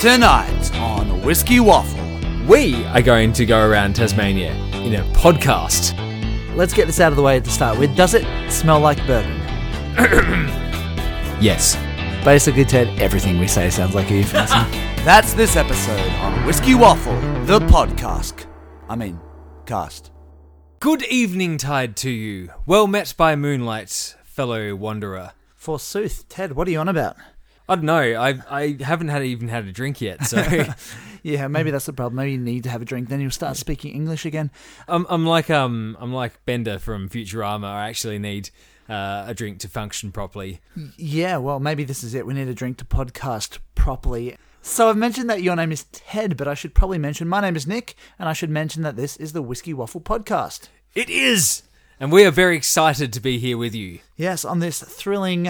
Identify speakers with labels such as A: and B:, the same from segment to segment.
A: Tonight on Whiskey Waffle.
B: We are going to go around Tasmania in a podcast.
C: Let's get this out of the way at the start. With does it smell like bourbon?
B: Yes.
C: Basically, Ted, everything we say sounds like a euphemism.
A: That's this episode on Whiskey Waffle, the podcast. I mean, cast.
B: Good evening, tide to you. Well met by moonlight, fellow wanderer.
C: Forsooth, Ted, what are you on about?
B: I don't know. I I haven't had even had a drink yet, so
C: Yeah, maybe that's the problem. Maybe you need to have a drink, then you'll start speaking English again.
B: I'm I'm like um I'm like Bender from Futurama. I actually need uh, a drink to function properly.
C: Yeah, well, maybe this is it. We need a drink to podcast properly. So I've mentioned that your name is Ted, but I should probably mention my name is Nick, and I should mention that this is the Whiskey Waffle Podcast.
B: It is, and we are very excited to be here with you.
C: Yes, on this thrilling,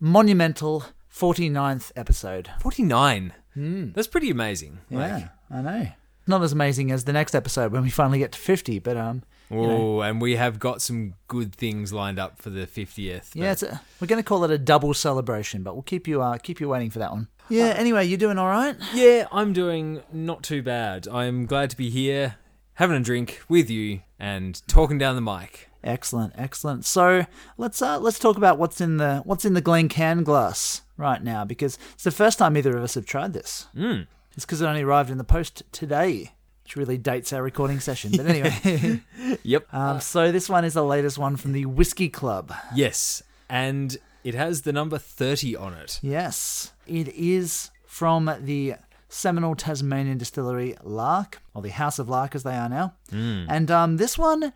C: monumental 49th episode.
B: Forty nine. That's pretty amazing. Like,
C: Yeah, I know. Not as amazing as the next episode when we finally get to 50, but um,
B: Oh, and we have got some good things lined up for the 50th.
C: yeah, it's a, we're going to call it a double celebration, but we'll keep you uh, keep you waiting for that one. Yeah, anyway, you doing all right?
B: Yeah, I'm doing not too bad. I'm glad to be here, having a drink with you, and talking down the mic.
C: Excellent, excellent. So let's uh, let's talk about what's in the what's in the Glencairn glass right now because it's the first time either of us have tried this. Mm. It's because it only arrived in the post today, which really dates our recording session. But anyway,
B: Yep.
C: um, so this one is the latest one from the Whiskey Club.
B: yes, and it has the number 30 on it.
C: Yes, it is from the seminal Tasmanian distillery Lark, or the House of Lark as they are now.
B: Hmm.
C: And um, this one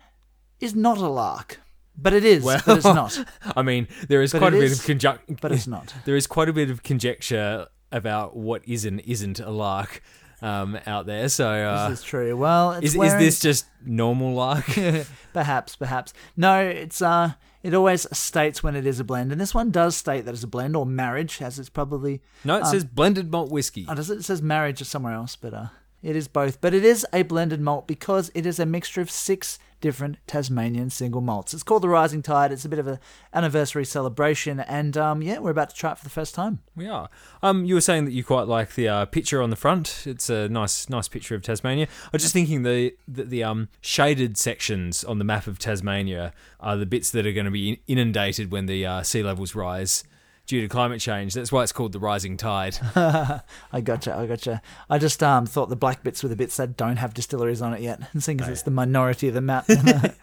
C: is not a lark, but it is, but it's not.
B: I mean, there is
C: But
B: quite
C: it
B: a bit
C: is,
B: of conjunction.
C: but it's not.
B: There is quite a bit of conjecture about what is and isn't a lark um, out there. So, uh,
C: This is true. Well, it's
B: is, is
C: wearing-
B: this just normal lark?
C: perhaps, perhaps. No, it's uh it always states when it is a blend, and this one does state that it's a blend or marriage, as it's probably
B: no, it says blended malt whiskey.
C: oh, does it? It says marriage or somewhere else, but uh it is both. But it is a blended malt because it is a mixture of six different Tasmanian single malts. It's called the Rising Tide. It's a bit of an anniversary celebration, and um yeah, we're about to try it for the first time.
B: We are. Um, you were saying that you quite like the uh, picture on the front. It's a nice, nice picture of Tasmania. I was just thinking the the, the um shaded sections on the map of Tasmania are the bits that are going to be inundated when the uh, sea levels rise due to climate change. That's why it's called the rising tide.
C: I gotcha, I gotcha. I just um thought the black bits were the bits that don't have distilleries on it yet, and seeing as it's the minority of the map,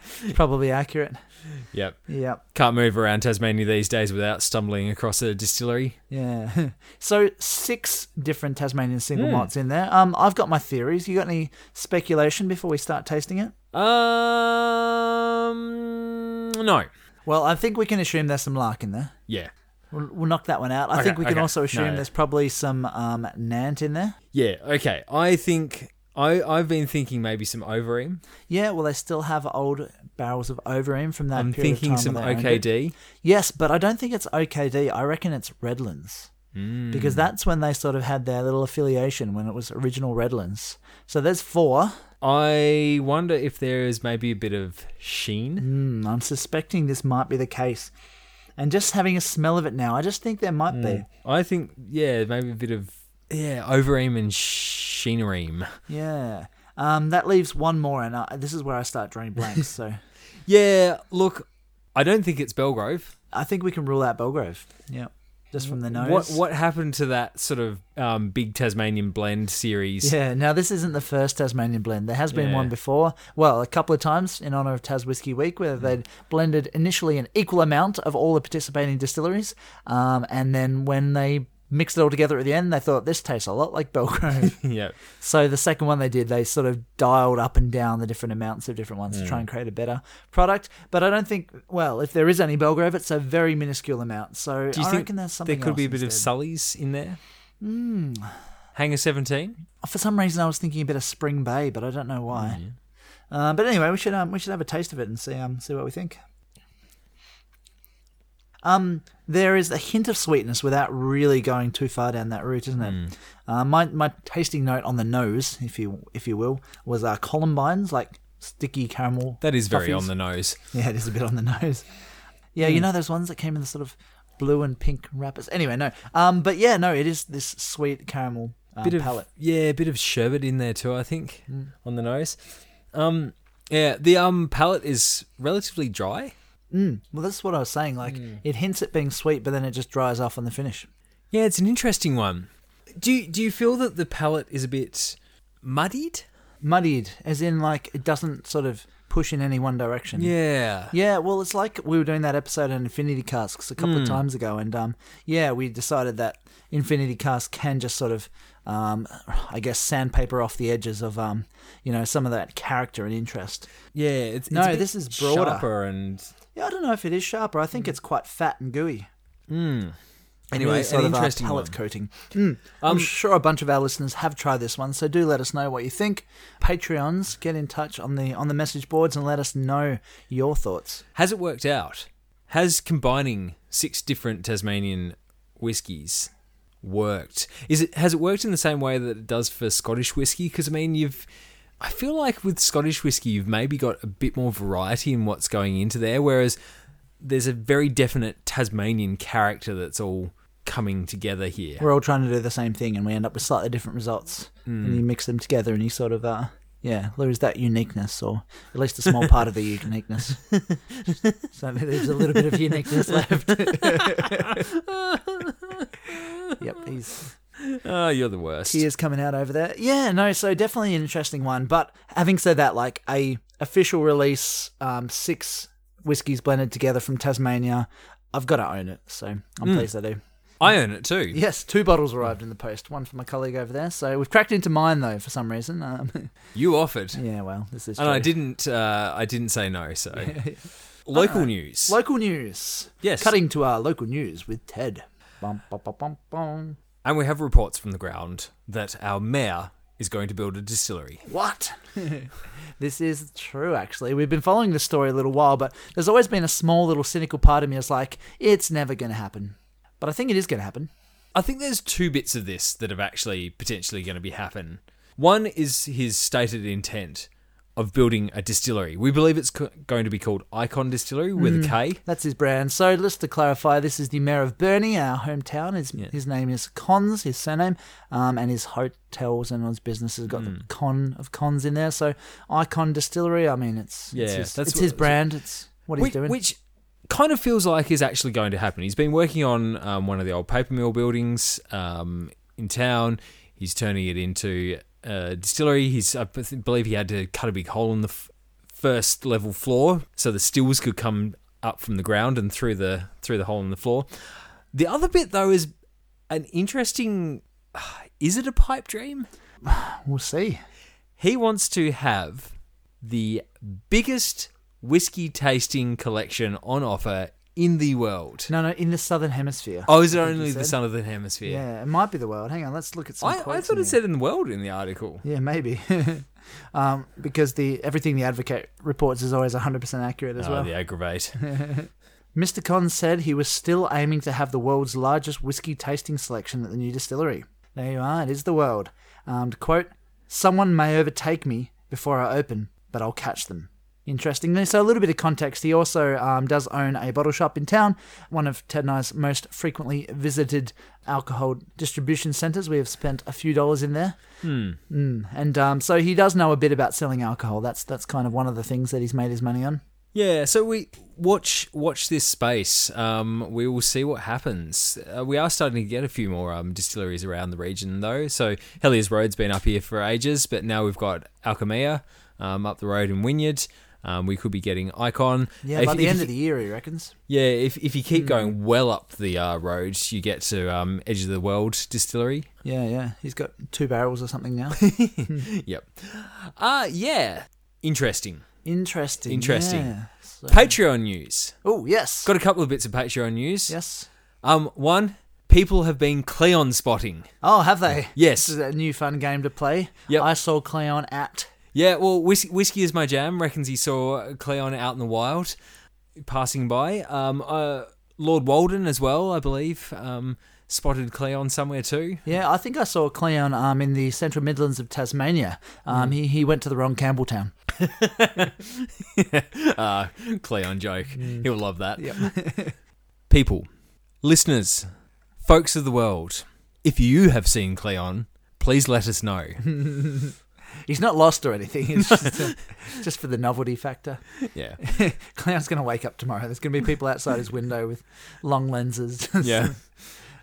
C: probably accurate.
B: yep.
C: Yeah.
B: Can't move around Tasmania these days without stumbling across a distillery.
C: Yeah. So six different Tasmanian single malts in there. Um, I've got my theories. You got any speculation before we start tasting it?
B: Um, no.
C: Well, I think we can assume there's some lark in there.
B: Yeah.
C: We'll, we'll knock that one out. I think we can
B: okay.
C: also assume
B: No.
C: there's probably some um, Nant in there.
B: Yeah. Okay. I think I I've been thinking maybe some overeem.
C: Yeah. Well, they still have old barrels of Overeem from that
B: I'm
C: period of
B: thinking
C: time
B: some
C: when they owned it.
B: OKD.
C: Yes, but I don't think it's OKD. I reckon it's Redlands.
B: Hmm.
C: Because that's when they sort of had their little affiliation when it was original Redlands. So there's four.
B: I wonder if there is maybe a bit of sheen.
C: Mm, I'm suspecting this might be the case. And just having a smell of it now, I just think there might be.
B: I think, yeah, maybe a bit of yeah, overeem and sheenereem.
C: Yeah. Um, that leaves one more, and uh, this is where I start drawing blanks. so
B: Yeah, look, I don't think it's Belgrove.
C: I think we can rule out Belgrove. Yeah. Just from the nose.
B: What what happened to that sort of um, big Tasmanian blend series?
C: Yeah. Now, this isn't the first Tasmanian blend. There has been
B: Yeah.
C: one before. Well, a couple of times in honor of Tas Whiskey Week, where
B: Mm.
C: they'd blended initially an equal amount of all the participating distilleries. Um, and then when they mixed it all together at the end, they thought this tastes a lot like Belgrove.
B: Yep.
C: So the second one they did, they sort of dialed up and down the different amounts of different ones to
B: Mm.
C: try and create a better product. But I don't think, well, if there is any Belgrave, it's a very minuscule amount. So
B: Do you
C: I
B: think
C: reckon there's
B: there
C: something.
B: could be a
C: else
B: bit of
C: instead. Hmm.
B: Sully's in there? Hanger seventeen.
C: For some reason, I was thinking a bit of Spring Bay, but I don't know why.
B: Mm,
C: Uh, but anyway, we should um, we should have a taste of it and see um see what we think. Um, there is a hint of sweetness without really going too far down that route, isn't it?
B: Mm.
C: Uh, my my tasting note on the nose, if you if you will, was uh, columbines like sticky caramel.
B: That is very on
C: toffees.
B: the Mm. nose.
C: yeah, it is a bit on the nose. Yeah, you know those ones that came in the sort of blue and pink wrappers. Anyway, no. Um, but yeah, no, it is this sweet caramel um,
B: bit of
C: palate. Mm.
B: yeah, a bit of sherbet in there too. I think on the nose. Um, yeah, the um palate is relatively dry.
C: Mm. Well, that's what I was saying. Like it hints at being sweet, but then it just dries off on the finish.
B: Yeah, it's an interesting one. Do you, do you feel that the palate is a bit muddied?
C: Muddied, as in like it doesn't sort of push in any one direction.
B: Yeah.
C: Yeah, well, it's like we were doing that episode on Infinity Casks a couple of times ago, and um, yeah, we decided that Infinity Cask can just sort of, um, I guess, sandpaper off the edges of, um, you know, some of that character and interest.
B: Yeah, it's, it's
C: No,
B: a bit
C: this is broader.
B: sharper and
C: Yeah, I don't know if it is sharper. I think it's quite fat and gooey.
B: Mm. Hmm. anyway,
C: Really sort
B: an
C: of, uh,
B: interesting
C: palate
B: one. Hmm. Um,
C: coating. Mm. I'm sure a bunch of our listeners have tried this one, so do let us know what you think. Patreons, get in touch on the on the message boards and let us know your thoughts.
B: Has it worked out? Has combining six different Tasmanian whiskies worked? Is it has it worked in the same way that it does for Scottish whiskey? Because I mean, you've I feel like with Scottish whiskey, you've maybe got a bit more variety in what's going into there, whereas there's a very definite Tasmanian character that's all coming together here.
C: We're all trying to do the same thing, and we end up with slightly different results. And you mix them together, and you sort of uh, yeah, lose that uniqueness, or at least a small part of the uniqueness. so maybe there's a little bit of uniqueness left. yep, he's
B: Oh, you're the worst.
C: tears coming out over there. Yeah, no, so definitely an interesting one. But having said that, like a official release, um, six whiskies blended together from Tasmania, I've got to own it. So I'm pleased I do.
B: I own it too.
C: Yes, two bottles arrived in the post. One for my colleague over there. So we've cracked into mine though for some reason. Um,
B: You offered.
C: yeah, well, this is.
B: And I
C: true.
B: didn't. Uh, I didn't say no. So, local news.
C: Local news.
B: Yes.
C: Cutting to our local news with Ted. Bum, bum, bum, bum, bum.
B: And we have reports from the ground that our mayor is going to build a distillery.
C: What? this is true, actually. We've been following this story a little while, but there's always been a small little cynical part of me that's like, it's never going to happen. But I think it is going to happen.
B: I think there's two bits of this that are actually potentially going to be happen. One is his stated intent of building a distillery. We believe it's co- going to be called Icon Distillery with a K.
C: That's his brand. So just to clarify, this is the mayor of Burnie, our hometown. His, his name is Cons, his surname, um, and his hotels and his business has got
B: Hmm.
C: the con of cons in there. So Icon Distillery, I mean, it's,
B: Yeah,
C: it's, his,
B: that's
C: it's his
B: what-
C: brand. It's what he's
B: which,
C: doing.
B: which kind of feels like is actually going to happen. He's been working on um, one of the old paper mill buildings um, in town. He's turning it into a distillery. He's I b- believe he had to cut a big hole in the f- first level floor so the stills could come up from the ground and through the through the hole in the floor. The other bit though is an interesting. Is it a pipe dream?
C: we'll see.
B: He wants to have the biggest whiskey tasting collection on offer in the world.
C: No, no, in the Southern Hemisphere.
B: Oh, is it
C: I think you
B: only the
C: said.
B: Southern Hemisphere?
C: Yeah, it might be the world. Hang on, let's look at some.
B: I, I
C: quotes
B: thought
C: in
B: it
C: here.
B: said in the world in the article.
C: Yeah, maybe. um, because the everything the advocate reports is always 100% accurate as
B: oh,
C: well.
B: the aggravate.
C: Mr. Con said he was still aiming to have the world's largest whiskey tasting selection at the new distillery. There you are, it is the world. Um, to quote, someone may overtake me before I open, but I'll catch them. Interestingly, so a little bit of context. He also um, does own a bottle shop in town, one of Ted and I's most frequently visited alcohol distribution centres. We have spent a few dollars in there. Mm, and um, so he does know a bit about selling alcohol. That's, that's kind of one of the things that he's made his money on.
B: yeah, so we watch watch this space. Um, we will see what happens. Uh, we are starting to get a few more um, distilleries around the region, though. So Hellier's Road's been up here for ages, but now we've got Alchemia um, up the road in Wynyard. Um, we could be getting Icon.
C: Yeah,
B: If-
C: by the
B: if
C: end
B: you-
C: of the year, he reckons.
B: Yeah, if if you keep going well up the uh, road, you get to um, Edge of the World Distillery.
C: Yeah, yeah. He's got two barrels or something now.
B: Yep. Uh yeah. Interesting.
C: Interesting.
B: Interesting.
C: yeah. So-
B: Patreon news.
C: oh, yes.
B: Got a couple of bits of Patreon news.
C: Yes.
B: Um one, people have been Cleon spotting.
C: Oh, have they?
B: Yes.
C: This is a new fun game to play.
B: Yep.
C: I saw Cleon at.
B: Yeah, well, Whis- Whiskey is my jam reckons he saw Cleon out in the wild passing by. Um uh Lord Walden as well, I believe, um spotted Cleon somewhere too.
C: Yeah, I think I saw Cleon um, in the central Midlands of Tasmania. Um,
B: Mm.
C: he, he went to the wrong Campbelltown.
B: uh, Cleon joke. He'll love that. People, listeners, folks of the world, if you have seen Cleon, please let us know.
C: He's not lost or anything. It's just, uh, just for the novelty factor.
B: yeah.
C: Clown's going to wake up tomorrow. There's going to be people outside his window with long lenses.
B: Yeah.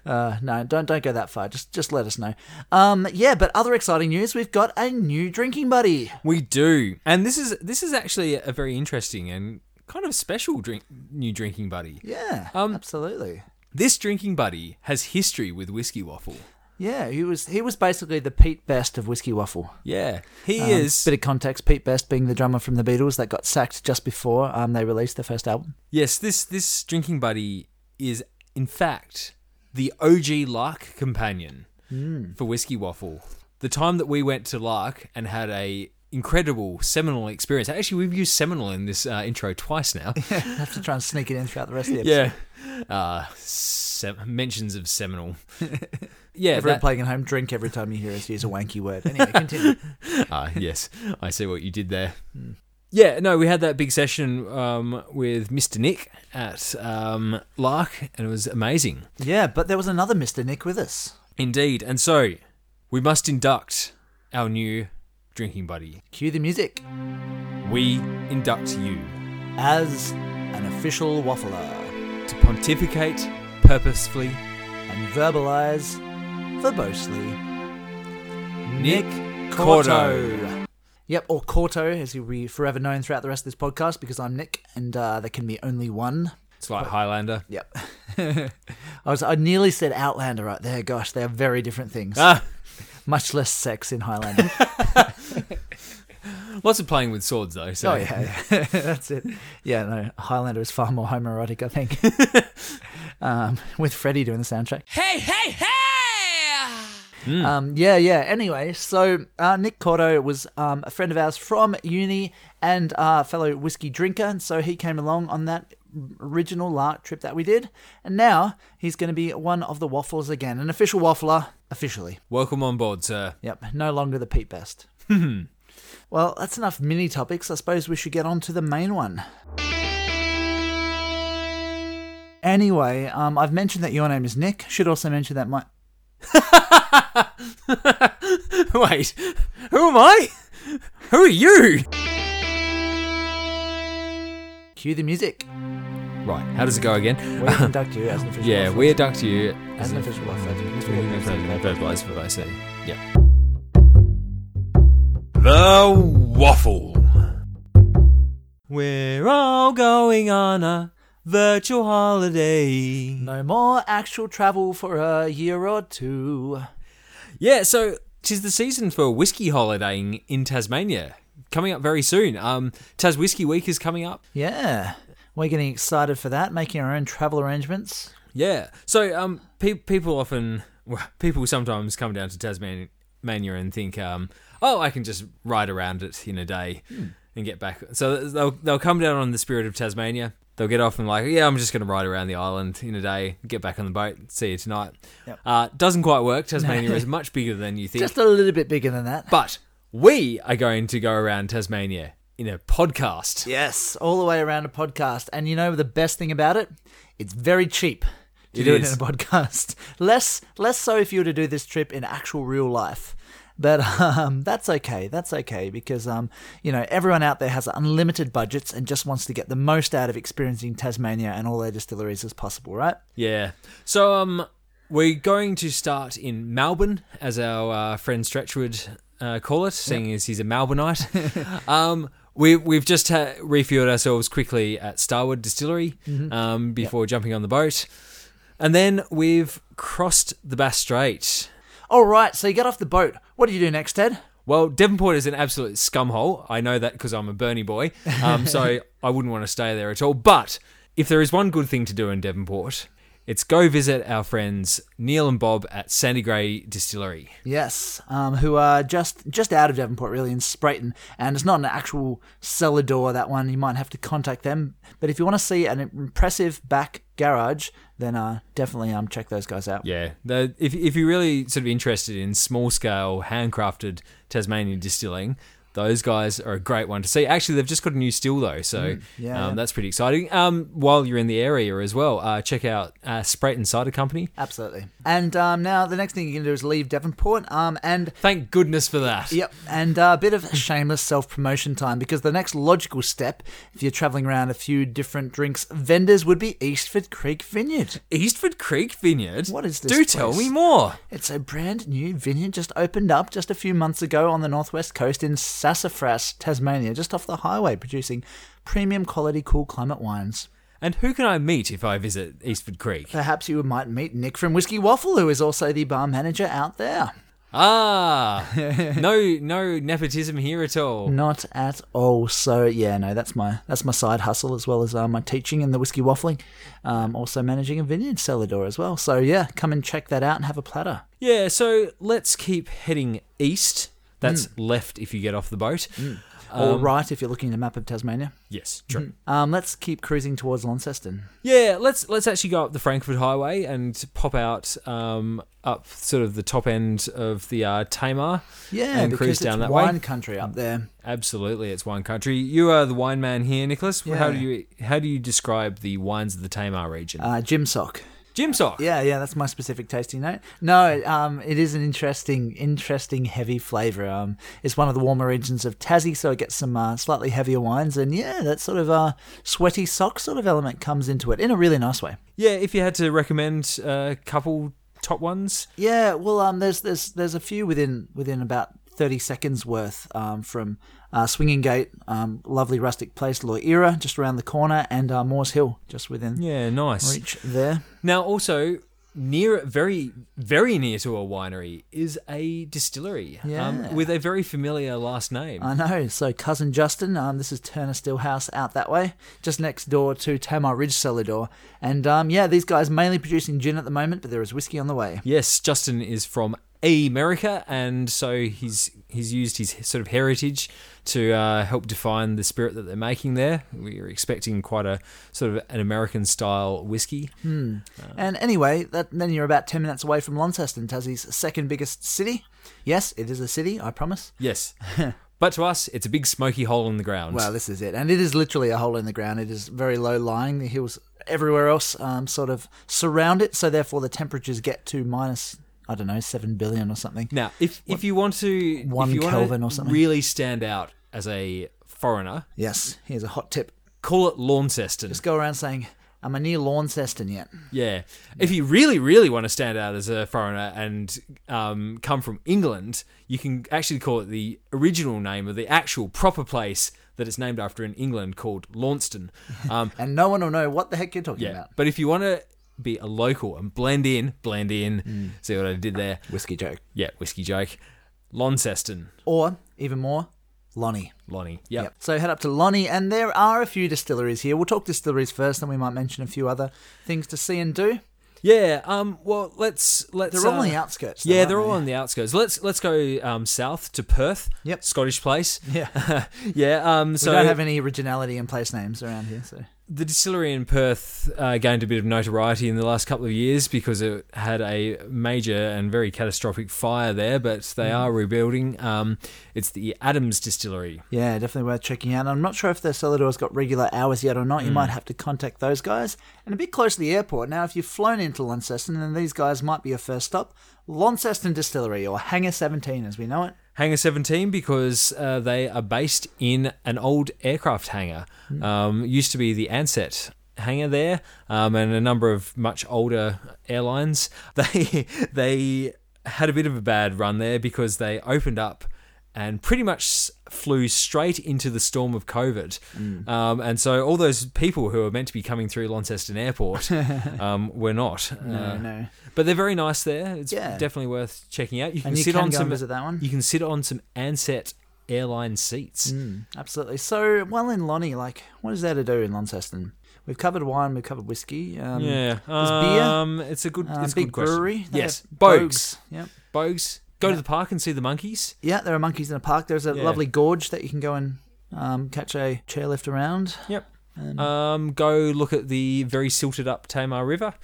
C: Uh, no, don't don't go that far. Just just let us know. Um, yeah, but other exciting news: we've got a new drinking buddy.
B: We do, and this is this is actually a very interesting and kind of special drink new drinking buddy.
C: Yeah,
B: Um,
C: absolutely.
B: This drinking buddy has history with Whiskey Waffle.
C: Yeah, he was he was basically the Pete Best of Whiskey Waffle.
B: Yeah, he
C: Um,
B: is.
C: Bit of context: Pete Best being the drummer from the Beatles that got sacked just before um, they released their first album.
B: yes, this this drinking buddy is in fact the OG Lark companion for Whiskey Waffle. The time that we went to Lark and had a incredible seminal experience. Actually, we've used seminal in this uh, intro twice now.
C: I have to try and sneak it in throughout the rest of the episode.
B: yeah. Uh, sem- mentions of seminal. Yeah,
C: Everyone
B: that-
C: playing at home, drink every time you hear us use a wanky word. Anyway, continue.
B: Ah, yes, I see what you did there. Yeah, no, we had that big session um, with Mr. Nick at um, Lark, and it was amazing
C: yeah, but there was another Mr. Nick with us.
B: indeed. And so we must induct our new drinking buddy.
C: Cue the music.
B: We induct you
C: As an official waffler
B: to pontificate purposefully,
C: and verbalize verbosely.
B: Nick Cordo.
C: Corto. Yep, or Corto, as you'll be forever known throughout the rest of this podcast, because I'm Nick, and uh, there can be only one.
B: It's like Highlander.
C: Yep. I was. I nearly said Outlander right there. Gosh, they are very different things.
B: Ah,
C: Much less sex in Highlander.
B: lots of playing with swords though. So
C: oh yeah, yeah. that's it. Yeah, no, Highlander is far more homoerotic, I think. um, with Freddie doing the soundtrack.
B: Hey, hey, hey!
C: Um, yeah, yeah. Anyway, so uh, Nick Cordo was um, a friend of ours from uni and uh, fellow whiskey drinker, and so he came along on that original lark trip that we did, and now he's going to be one of the waffles again, an official waffler officially.
B: Welcome on board, sir.
C: Yep, no longer the Pete Best. well, that's enough mini topics. I suppose we should get on to the main one. Anyway, um, I've mentioned that your name is Nick. Should also mention that my
B: Wait, who am I? Who are you?
C: cue the music.
B: Right, how does it go again?
C: We conduct you as an official.
B: Yeah,
C: waffler.
B: we adduct you
C: As an official waffle.
B: Verbalize what I say. Yeah.
A: The waffle.
B: We're all going on a virtual holiday.
C: No more actual travel for a year or two.
B: Yeah, so tis the season for whiskey holidaying in Tasmania. Coming up very soon. Um, Tas Whiskey Week is coming up.
C: Yeah. We're getting excited for that, making our own travel arrangements.
B: Yeah. So um, pe- people often, well, people sometimes come down to Tasmania and think, um, oh, I can just ride around it in a day and get back. So they'll they'll come down on the spirit of Tasmania. They'll get off and like, yeah, I'm just going to ride around the island in a day, get back on the boat, see you tonight. Uh, doesn't quite work. Tasmania is much bigger than you think.
C: Just a little bit bigger than that.
B: but we are going to go around Tasmania in a podcast.
C: yes, all the way around a podcast. And you know the best thing about it? It's very cheap to
B: It
C: do
B: is.
C: it in a podcast. Less less so if you were to do this trip in actual real life. But um, that's okay. That's okay because um, you know everyone out there has unlimited budgets and just wants to get the most out of experiencing Tasmania and all their distilleries as possible, right?
B: Yeah. So um, we're going to start in Melbourne, as our uh, friend Stretch would uh, call it, seeing as he's a Melbourneite. um, we, we've just ha- refueled ourselves quickly at Starwood Distillery um, before jumping on the boat, and then we've crossed the Bass Strait.
C: All right, so you get off the boat. What do you do next, Ted?
B: Well, Devonport is an absolute scumhole. I know that because I'm a Bernie boy, um, so I wouldn't want to stay there at all. But if there is one good thing to do in Devonport, it's go visit our friends Neil and Bob at Sandy Grey Distillery.
C: Yes, um, who are just just out of Devonport, really, in Sprayton, and it's not an actual cellar door. That one you might have to contact them. But if you want to see an impressive back garage, then uh, definitely um, check those guys out.
B: Yeah, the, if if you're really sort of interested in small scale handcrafted Tasmanian distilling, Those guys are a great one to see. Actually, they've just got a new still though, so
C: yeah,
B: um,
C: yeah.
B: that's pretty exciting. Um, while you're in the area as well, uh, check out uh, Sprite and Cider Company.
C: Absolutely. And um, now the next thing you can do is leave Devonport. Um, and
B: Thank goodness for that.
C: Yep, and uh, a bit of shameless self promotion time because the next logical step, if you're traveling around a few different drinks vendors, would be Eastford Creek Vineyard.
B: Eastford Creek Vineyard.
C: What is this
B: Do tell
C: place?
B: me more.
C: It's a brand new vineyard just opened up just a few months ago on the northwest coast in Sassafras, Tasmania, just off the highway, producing premium quality cool climate wines.
B: And who can I meet if I visit Eastford Creek?
C: Perhaps you might meet Nick from Whiskey Waffle, who is also the bar manager out there.
B: Ah, no, no nepotism here at all.
C: Not at all. So yeah, no, that's my that's my side hustle as well as uh, my teaching and the whiskey waffling. Um, also managing a vineyard cellar door as well. So yeah, come and check that out and have a platter.
B: Yeah, so let's keep heading east. That's
C: Hmm.
B: left if you get off the boat.
C: or right if you're looking at a map of Tasmania.
B: Yes, true.
C: Um, let's keep cruising towards Launceston.
B: Yeah, let's let's actually go up the Frankfurt Highway and pop out um, up sort of the top end of the uh, Tamar.
C: Yeah,
B: and
C: because
B: cruise down
C: it's
B: that
C: wine
B: way.
C: country up there.
B: Absolutely, it's wine country. You are the wine man here, Nicholas. How
C: Yeah.
B: do you how do you describe the wines of the Tamar region?
C: Uh, Jim Sock.
B: Jim Sock.
C: Yeah, yeah, that's my specific tasting note. No, um, it is an interesting, interesting heavy flavour. Um, it's one of the warmer regions of Tassie, so it gets some uh, slightly heavier wines, and yeah, that sort of uh, sweaty sock sort of element comes into it in a really nice way.
B: Yeah, if you had to recommend uh, a couple top ones,
C: Yeah, well, um, there's there's there's a few within within about thirty seconds worth um, from uh, Swinging Gate, um, lovely rustic place, Loira, just around the corner, and uh, Moores Hill, just within
B: yeah, nice.
C: reach there.
B: Now, also near, very, very near to a winery is a distillery um,
C: Yeah.
B: with a very familiar last name.
C: I know. So cousin Justin, um, this is Turner Steelhouse out that way, just next door to Tamar Ridge Cellar Door, and um, yeah, these guys mainly producing gin at the moment, but there is whiskey on the way.
B: yes, Justin is from America, and so he's he's used his sort of heritage to uh, help define the spirit that they're making there. We are expecting quite a sort of an American style whiskey.
C: Hmm. And anyway, that then you're about ten minutes away from Launceston, Tassie's second biggest city. Yes, it is a city, I promise.
B: Yes. But to us, it's a big smoky hole in the ground.
C: Well, this is it, and it is literally a hole in the ground. It is very low lying. The hills everywhere else um, sort of surround it, so therefore the temperatures get to minus I don't know seven billion or something.
B: Now, if if you want to
C: one
B: if you want to
C: Kelvin or something.
B: really stand out as a foreigner,
C: Yes, here's a hot tip.
B: call it Launceston.
C: Just go around saying, "Am I near Launceston yet?"
B: Yeah. If you really, really want to stand out as a foreigner and um, come from England, you can actually call it the original name of the actual proper place that it's named after in England called Launceston. Um,
C: and no one will know what the heck you're talking
B: yeah.
C: about.
B: But if you want to be a local and blend in, blend in,
C: Mm.
B: see what I did there?
C: Whiskey joke,
B: Yeah, whiskey joke. Launceston,
C: or even more, Lonnie.
B: Lonnie. Yep.
C: Yep. So head up to Lonnie, and there are a few distilleries here. We'll talk distilleries first, then we might mention a few other things to see and do.
B: Yeah. Um. Well, let's let's.
C: They're all on
B: uh,
C: the outskirts. though,
B: Yeah,
C: aren't
B: they're
C: they?
B: all on the outskirts. Let's let's go um, south to Perth.
C: Yep.
B: Scottish place.
C: Yeah.
B: yeah. Um. So
C: we don't have any originality in place names around here. So
B: the distillery in Perth uh, gained a bit of notoriety in the last couple of years because it had a major and very catastrophic fire there, but they
C: Mm.
B: are rebuilding. Um, it's the Adams Distillery.
C: yeah, definitely worth checking out. I'm not sure if their cellar door's got regular hours yet or not.
B: Hmm.
C: You might have to contact those guys. And a bit close to the airport. Now, if you've flown into Launceston, then these guys might be your first stop. Launceston Distillery, or Hangar 17 as we know it.
B: Hangar 17 because uh, they are based in an old aircraft hangar.
C: Hmm.
B: Um, used to be the Ansett hangar there, um, and a number of much older airlines. They they had a bit of a bad run there because they opened up and pretty much s- flew straight into the storm of COVID. Um, and so all those people who were meant to be coming through Launceston Airport um, were not. Uh,
C: no.
B: But they're very nice there. It's
C: Yeah.
B: definitely worth checking out. You can
C: And you
B: sit
C: can go
B: on
C: and
B: some
C: visit that one.
B: you can sit on some Ansett airline seats.
C: Hmm, Absolutely. So, well, in Lonnie, like, what is there to do in Launceston? We've covered wine, we've covered whiskey. Um,
B: Yeah,
C: There's beer.
B: um, it's a good,
C: um,
B: it's a
C: big
B: good question.
C: brewery. They
B: Yes,
C: have
B: Bogues,
C: Yep.
B: Bogues. Go to the park and see the monkeys.
C: Yeah, there are monkeys in a park. There's a
B: Yeah.
C: lovely gorge that you can go and um, catch a chairlift around.
B: Yep. Um, go look at the very silted up Tamar River.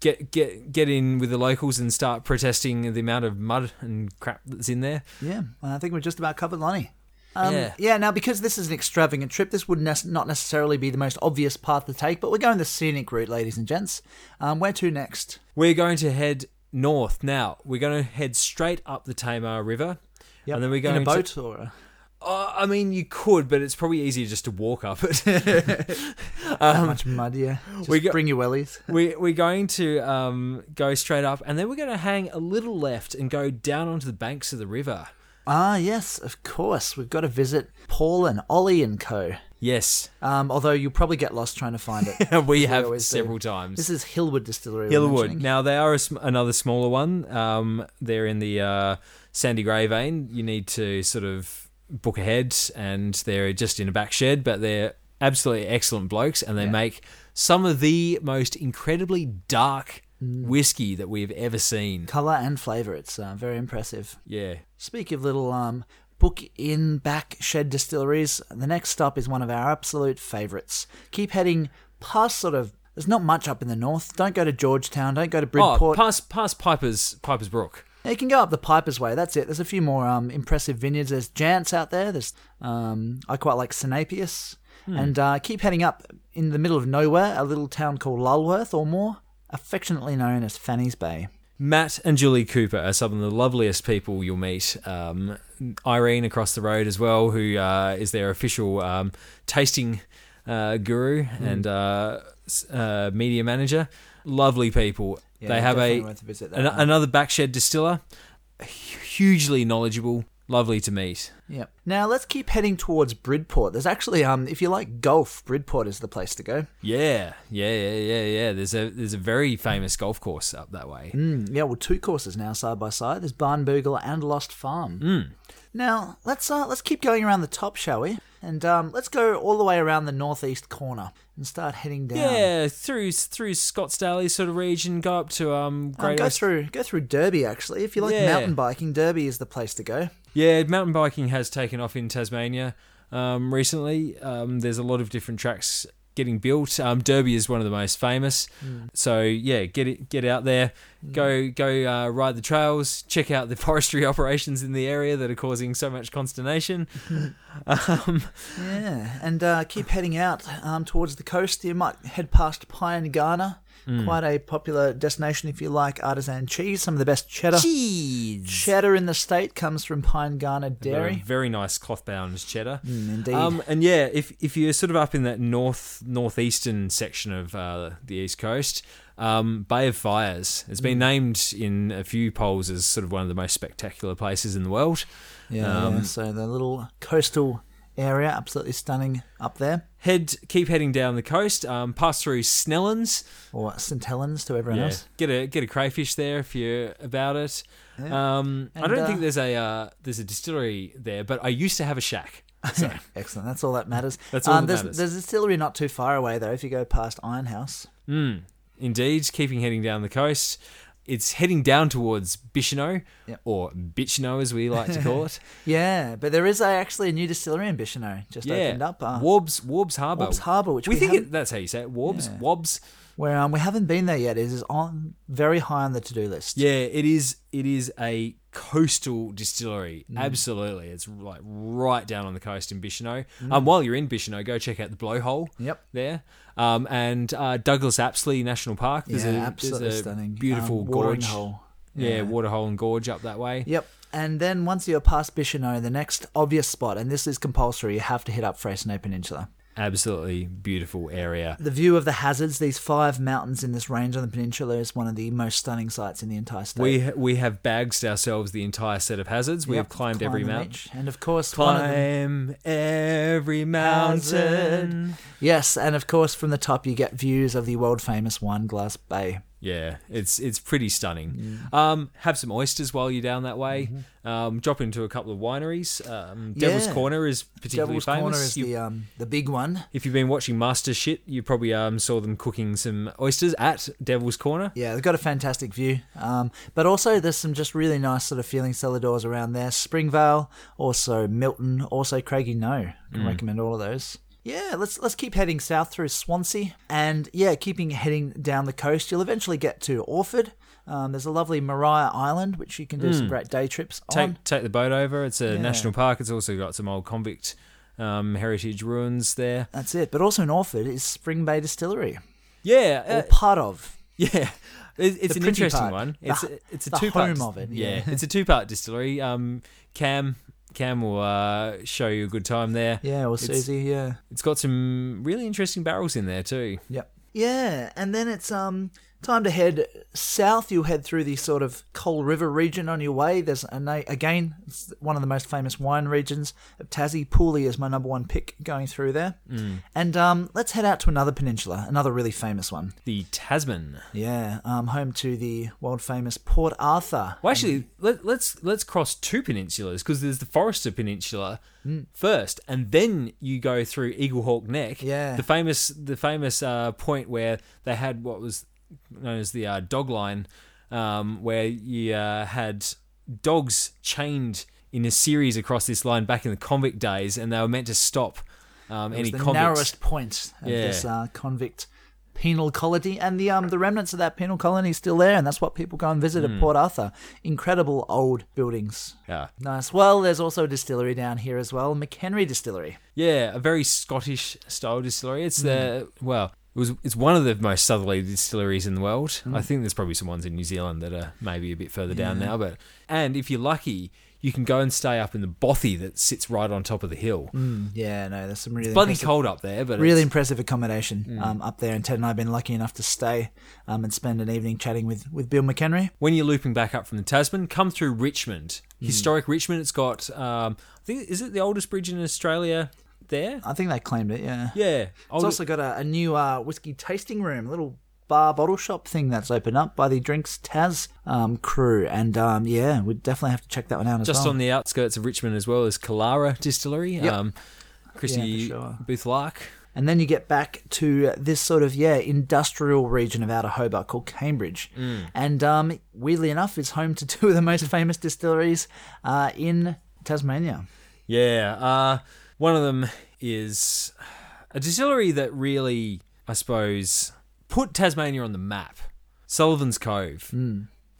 B: Get get get in with the locals and start protesting the amount of mud and crap that's in there.
C: Yeah, well, I think we've just about covered Lonnie. Um,
B: Yeah.
C: yeah. Now, because this is an extravagant trip, this would nes- not necessarily be the most obvious path to take, but we're going the scenic route, ladies and gents. Um, where to next?
B: We're going to head north now. We're going to head straight up the Tamar River, and then we're going
C: in a
B: to-
C: boat or a...
B: Uh, I mean, you could, but it's probably easier just to walk up it.
C: Not much muddier. Just
B: Um, we go-
C: bring your wellies.
B: we, we're going to um, go straight up, and then we're going to hang a little left and go down onto the banks of the river.
C: Ah, yes, of course. We've got to visit Paul and Ollie and Co.
B: Yes,
C: Um, although you'll probably get lost trying to find it. as
B: we have
C: always do.
B: several times.
C: This is Hillwood Distillery. we're
B: Hillwood.
C: mentioning.
B: Now they are a sm- another smaller one. Um, they're in the uh, Sandy Grey vein. You need to sort of book ahead, and they're just in a back shed, but they're absolutely excellent blokes, and they make some of the most incredibly dark whiskey that we've ever seen.
C: Colour and flavour. It's uh, very impressive.
B: Yeah.
C: Speak of little um, book in back shed distilleries, the next stop is one of our absolute favourites. Keep heading past sort of. There's not much up in the north. Don't go to Georgetown. Don't go to
B: Oh,
C: Bridport.
B: past past Piper's Piper's Brook.
C: Yeah, you can go up the Piper's Way. That's it. There's a few more um, impressive vineyards. There's Jantz out there. There's um, I quite like Sinapius.
B: Hmm.
C: And uh, keep heading up in the middle of nowhere, a little town called Lulworth, or more affectionately known as Fanny's Bay.
B: Matt and Julie Cooper are some of the loveliest people you'll meet. Um, Irene across the road as well, who uh, is their official um, tasting uh, guru
C: Hmm.
B: and uh, s- uh, media manager. Lovely people. they have
C: definitely
B: a,
C: worth a visit
B: an,
C: there.
B: another backshed distiller, hugely knowledgeable, lovely to meet.
C: Yep. Now let's keep heading towards Bridport. There's actually, um, if you like golf, Bridport is the place to go.
B: Yeah, yeah, yeah, yeah, yeah. There's a there's a very famous golf course up that way.
C: Mm, yeah, well, two courses now side by side. There's Barn Boogle and Lost Farm.
B: Hmm.
C: Now let's uh, let's keep going around the top, shall we? And um, let's go all the way around the northeast corner and start heading down.
B: Yeah, through through Scottsdale sort of region, go up to um,
C: Um,
B: Great
C: go
B: Ocean-
C: through go through Derby actually. If you like
B: Yeah.
C: mountain biking, Derby is the place to go.
B: Yeah, mountain biking has taken off in Tasmania um, recently. Um, there's a lot of different tracks getting built. Um, Derby is one of the most famous. So yeah, get it, get out there, go go uh, ride the trails, check out the forestry operations in the area that are causing so much consternation. um,
C: Yeah, and uh, keep heading out um, towards the coast. You might head past Pyongana,
B: Hmm.
C: quite a popular destination if you like artisan cheese. Some of the best cheddar
B: Cheese.
C: cheddar in the state comes from Pyongana Dairy.
B: Very nice cloth bound cheddar.
C: Mm, Indeed.
B: Um, and yeah, if if you're sort of up in that north northeastern section of uh, the east coast, um, Bay of Fires, it's
C: Mm.
B: been named in a few polls as sort of one of the most spectacular places in the world.
C: yeah,
B: Um,
C: yeah, Um, so the little coastal area, absolutely stunning up there.
B: Head keep heading down the coast, um, pass through Snellens,
C: Or St Helens to everyone
B: yeah.
C: else.
B: get a get a crayfish there if you're about it. Um, I
C: And,
B: don't
C: uh,
B: think there's a uh, there's a distillery there, but I used to have a shack.
C: Excellent. That's all that matters. Um,
B: That's all that
C: there's,
B: matters.
C: There's a distillery not too far away though. If you go past Ironhouse,
B: Indeed, keeping heading down the coast. It's heading down towards Bishano,
C: Yep.
B: or Bitchno as we like to call it.
C: yeah, but there is a, actually a new distillery in Bishano just opened up. Uh,
B: Warbs Warbs Harbour.
C: Warbs Harbour, which we
B: think
C: haven't-
B: it, that's how you say it. Warbs Warbs.
C: where um, we haven't been there yet. It is on very high on the to-do list.
B: Yeah, it is. It is a coastal distillery.
C: Mm.
B: Absolutely, it's like right down on the coast in Bishano. Um, while you're in Bishano, go check out the Blowhole.
C: Mm. Yep.
B: There, um, and uh, Douglas Apsley National Park. There's
C: Yeah,
B: a, there's
C: absolutely
B: a
C: stunning.
B: Beautiful
C: Um, watering
B: gorge.
C: hole.
B: Yeah, waterhole and gorge up that way.
C: Yep. And then once you're past Bishano, the next obvious spot, and this is compulsory, you have to hit up Freycinet Peninsula.
B: Absolutely beautiful area.
C: The view of the hazards, these five mountains in this range on the peninsula, is one of the most stunning sights in the entire state.
B: We ha- we have bagged ourselves the entire set of hazards. We
C: Yep,
B: have climbed every
C: climb them
B: mountain.
C: each. And of course, one of them.
B: Climb every mountain.
C: Yes, and of course, from the top, you get views of the world famous Wine Glass Bay.
B: Yeah, it's it's pretty stunning.
C: Mm.
B: Um, have some oysters while you're down that way. Um, drop into a couple of wineries. Um, Devil's
C: Mm-hmm. Yeah.
B: Corner is particularly
C: Devil's
B: famous.
C: Corner is
B: You-
C: the, um, the big one.
B: if you've been watching Master Shit, you probably um, saw them cooking some oysters at Devil's Corner.
C: Yeah, they've got a fantastic view. Um, but also, there's some just really nice sort of feeling cellar doors around there. Springvale, also Milton, also Craigie No. I
B: Hmm.
C: can recommend all of those. Yeah, let's let's keep heading south through Swansea, and yeah, keeping heading down the coast, you'll eventually get to Orford. Um, there's a lovely Mariah Island, which you can do
B: Hmm.
C: some great day trips
B: take
C: on.
B: take the boat over. It's a
C: Yeah.
B: national park. It's also got some old convict um, heritage ruins there.
C: That's it. But also in Orford is Spring Bay Distillery,
B: Yeah,
C: or
B: uh,
C: part of.
B: yeah. It, it's an
C: pretty
B: interesting
C: part.
B: one.
C: The-
B: It's a it's a
C: the
B: two part
C: home of it, yeah.
B: it's a two part distillery. Um, Cam Cam will uh, show you a good time there.
C: Yeah, or
B: It's-
C: Susie. Yeah.
B: It's got some really interesting barrels in there too.
C: Yep. Yeah, and then it's um time to head south. You head through the sort of Coal River region on your way. There's a na- again, it's one of the most famous wine regions of Tassie. Pooley is my number one pick going through there.
B: Mm.
C: And um, let's head out to another peninsula, another really famous one.
B: The Tasman.
C: Yeah, um, home to the world famous Port Arthur.
B: Well, actually, let, let's let's cross two peninsulas because there's the Forrester Peninsula
C: Hmm.
B: first, and then you go through Eagle Hawk Neck.
C: Yeah.
B: the famous the famous uh, point where they had what was known as the uh, dog line, um, where you uh, had dogs chained in a series across this line back in the convict days, and they were meant to stop um,
C: It was
B: any
C: the
B: convicts.
C: narrowest point of
B: Yeah.
C: this uh, convict penal colony, and the um the remnants of that penal colony is still there, and that's what people go and visit
B: Mm.
C: at Port Arthur. Incredible old buildings.
B: Yeah.
C: Nice. Well, there's also a distillery down here as well, McHenry Distillery.
B: Yeah, a very Scottish style distillery. It's the well, it was it's one of the most southerly distilleries in the world. I think there's probably some ones in New Zealand that are maybe a bit further down now, but and if you're lucky, you can go and stay up in the bothy that sits right on top of the hill.
C: Yeah, no, there's some really
B: Bloody
C: impressive,
B: cold up there, but
C: Hmm. really
B: it's,
C: impressive accommodation um, up there. And Ted and I have been lucky enough to stay um, and spend an evening chatting with, with Bill McHenry.
B: when you're looping back up from the Tasman, come through Richmond, historic Richmond. It's got um, I think is it the oldest bridge in Australia there?
C: I think they claimed it, yeah.
B: Yeah,
C: It's
B: Older-
C: also got a, a new uh, whiskey tasting room, a little bar bottle shop thing that's opened up by the Drinks Taz um, crew. And um, yeah, we'd definitely have to check that one out as
B: just
C: well.
B: on the outskirts of Richmond as well as Kalara Distillery. Um, Christy
C: Yeah, for sure.
B: Boothlark.
C: And then you get back to this sort of yeah industrial region of outer Hobart called Cambridge, and um, weirdly enough, it's home to two of the most famous distilleries uh, in Tasmania.
B: Yeah, uh, one of them is a distillery that really, I suppose, put Tasmania on the map. Sullivan's Cove.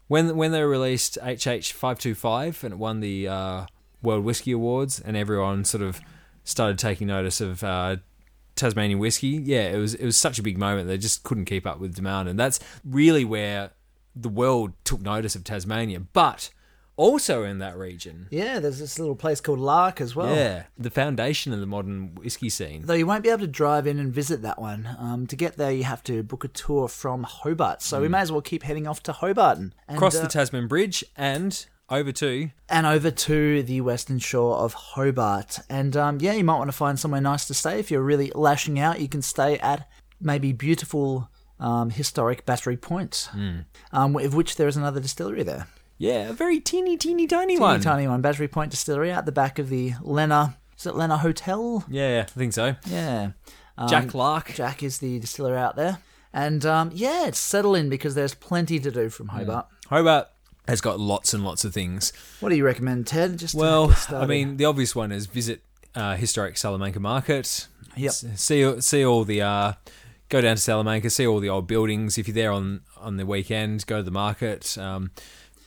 B: When when they released HH five two five and it won the uh, World Whisky Awards, and everyone sort of started taking notice of uh, Tasmanian whiskey. Yeah, it was it was such a big moment. They just couldn't keep up with demand, and that's really where the world took notice of Tasmania. But also in that region,
C: Yeah, there's this little place called Lark as well.
B: yeah, the foundation of the modern whiskey scene.
C: Though you won't be able to drive in and visit that one. Um, to get there, you have to book a tour from Hobart. So we may as well keep heading off to Hobarton. And,
B: Cross
C: uh,
B: the Tasman Bridge and over to
C: and over to the western shore of Hobart. And um, yeah, you might want to find somewhere nice to stay. If you're really lashing out, you can stay at maybe beautiful um, historic Battery Point,
B: Hmm.
C: um, of which there is another distillery there.
B: yeah, a very teeny, teeny, tiny
C: Teeny
B: one.
C: tiny one, Battery Point Distillery, out the back of the Lena. Is it Lena Hotel?
B: Yeah, I think so.
C: Yeah. Um,
B: Jack Lark.
C: Jack is the distiller out there. And um, yeah, it's settle in because there's plenty to do
B: Hmm.
C: from Hobart.
B: Hobart has got lots and lots of things.
C: What do you recommend, Ted? Just to
B: Well,
C: get started?
B: I mean, the obvious one is visit uh, historic Salamanca Market.
C: Yep.
B: S- See see all the uh, go down to Salamanca, see all the old buildings. If you're there on on the weekend, go to the market, um,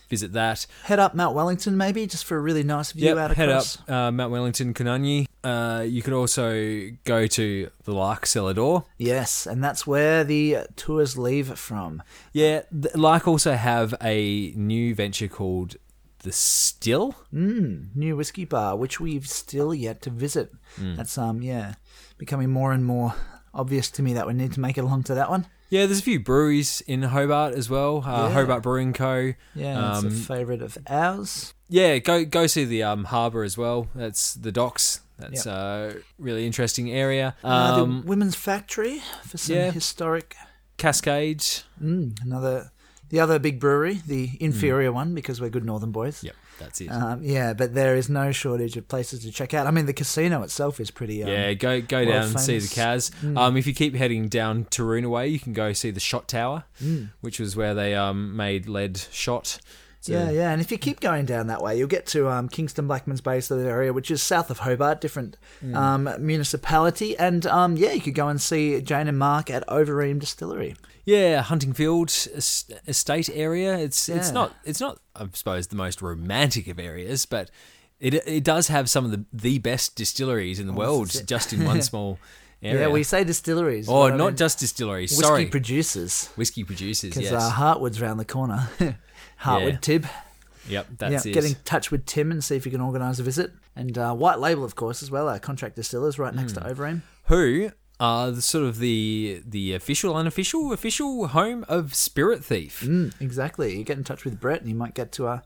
B: visit that.
C: head up Mount Wellington maybe just for a really nice view
B: Yep,
C: out
B: head
C: across.
B: up uh, Mount Wellington, Kanunyi. Uh, you could also go to the Lark Cellar Door.
C: Yes, and that's where the uh, tours leave from.
B: Yeah, th- Lark also have a new venture called the Still.
C: Hmm, New whiskey bar, which we've still yet to visit.
B: Hmm.
C: That's um yeah, becoming more and more obvious to me that we need to make it along to that one.
B: Yeah, there's a few breweries in Hobart as well. Uh,
C: Yeah.
B: Hobart Brewing Co.
C: Yeah, it's
B: Um,
C: a favourite of ours.
B: yeah, go go see the um, harbour as well. That's the docks. That's a uh, really interesting area.
C: Uh, the
B: Um,
C: women's factory for some
B: yeah.
C: historic.
B: Cascade.
C: Mm, another, the other big brewery, the
B: Hmm.
C: inferior one, because we're good northern boys.
B: Yep, that's it.
C: Um, yeah, but there is no shortage of places to check out. I mean, the casino itself is pretty. Um,
B: yeah, go go
C: world
B: down and see the
C: famous. Mm.
B: Kaz. Um, if you keep heading down
C: Mm.
B: Taroona way, you can go see the shot tower, which was where they um, made lead shot. So-
C: yeah, yeah. And if you keep going down that way, you'll get to um, Kingston Blackmans Bay sort of area, which is south of Hobart, different
B: Mm.
C: um, municipality. And um, yeah, you could go and see Jane and Mark at Overeem Distillery.
B: Yeah, Huntingfield es- estate area. It's it's
C: Yeah.
B: not it's not I suppose the most romantic of areas, but it it does have some of the the best distilleries in the world just in one small area.
C: Oh, Yeah, we say distilleries.
B: or
C: but I
B: Oh, not
C: mean,
B: just distilleries.
C: whiskey
B: sorry,
C: producers.
B: whiskey producers.
C: Because
B: Yes.
C: uh, Hartwood's round the corner. Hartwood
B: Yeah.
C: Tib.
B: yep. That's
C: yeah,
B: it.
C: get in touch with Tim and see if you can organise a visit. And uh, White Label, of course, as well, our contract distillers right next
B: Mm.
C: to Overeem.
B: Who are the, sort of the the official, unofficial, official home of Spirit Thief?
C: Mm, exactly. You get in touch with Brett and you might get to uh,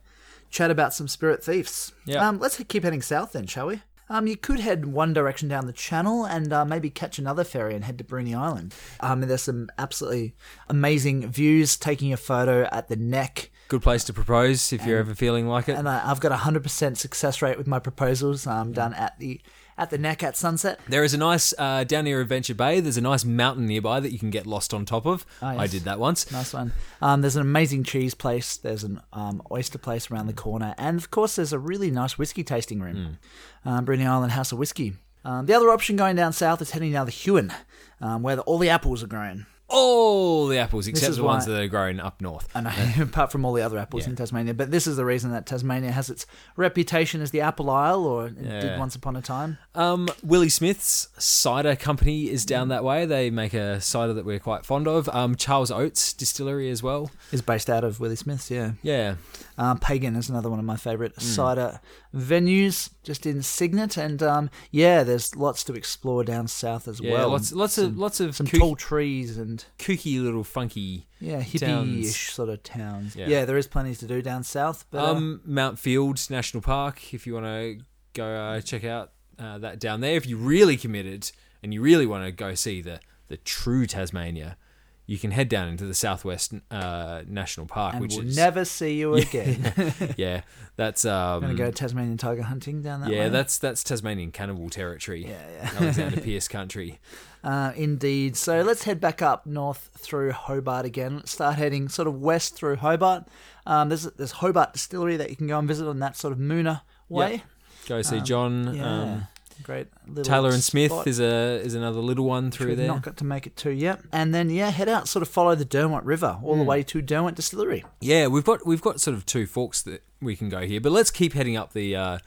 C: chat about some spirit thieves.
B: Yeah.
C: Um, let's keep heading south then, shall we? Um, you could head one direction down the channel and uh, maybe catch another ferry and head to Bruni Island. Um, and there's some absolutely amazing views taking a photo at the neck.
B: Good place to propose if you're ever feeling like it.
C: And I, I've got a 100% success rate with my proposals um, done at the at the neck at sunset.
B: There is a nice uh, down near Adventure Bay. There's a nice mountain nearby that you can get lost on top of.
C: Ah,
B: I
C: yes.
B: did that once.
C: Nice one. Um, there's an amazing cheese place. There's an um, oyster place around the corner, and of course, there's a really nice whiskey tasting room, um, Bruny Island House of Whiskey. Um, the other option going down south is heading down the Hewin, um, where the, all the apples are grown,
B: all the apples except
C: is
B: the ones
C: why-
B: that are grown up north.
C: and apart from all the other apples in Tasmania. But this is the reason that Tasmania has its reputation as the Apple Isle, or it
B: Yeah.
C: did once upon a time.
B: Um, Willie Smith's cider company is down that way. They make a cider that we're quite fond of. Um, Charles Oates Distillery as well.
C: Is based out of Willie Smith's, yeah.
B: Yeah,
C: Um, Pagan is another one of my favourite
B: Hmm.
C: cider venues, just in Signet, and um, yeah, there's lots to explore down south as
B: yeah.
C: well.
B: lots, lots of lots of
C: some
B: kooky,
C: tall trees and
B: kooky little funky.
C: yeah, hippie-ish sort of towns.
B: Yeah.
C: Yeah. there is plenty to do down south. But, um,
B: Um, Mount Field National Park. If you want to go uh, check out uh, that down there, if you're really committed and you really want to go see the the true Tasmania, you can head down into the Southwest uh, National Park,
C: and
B: which
C: we'll
B: is
C: never see you again.
B: yeah, that's um,
C: I'm gonna go Tasmanian tiger hunting down that
B: yeah,
C: way.
B: that's that's Tasmanian cannibal territory.
C: Yeah, yeah.
B: Alexander Pierce country.
C: Uh, indeed. So let's head back up north through Hobart again. Let's start heading sort of west through Hobart. Um, there's there's Hobart Distillery that you can go and visit on that sort of Moona way.
B: Go see John.
C: Yeah,
B: Um,
C: great. Little
B: Taylor and Smith
C: spot.
B: is a is another little one through
C: We've
B: there.
C: Not got to make it to yet. And then yeah, head out, sort of follow the Derwent River all
B: Hmm.
C: the way to Derwent Distillery.
B: Yeah, we've got we've got sort of two forks that we can go here, but let's keep heading up the uh,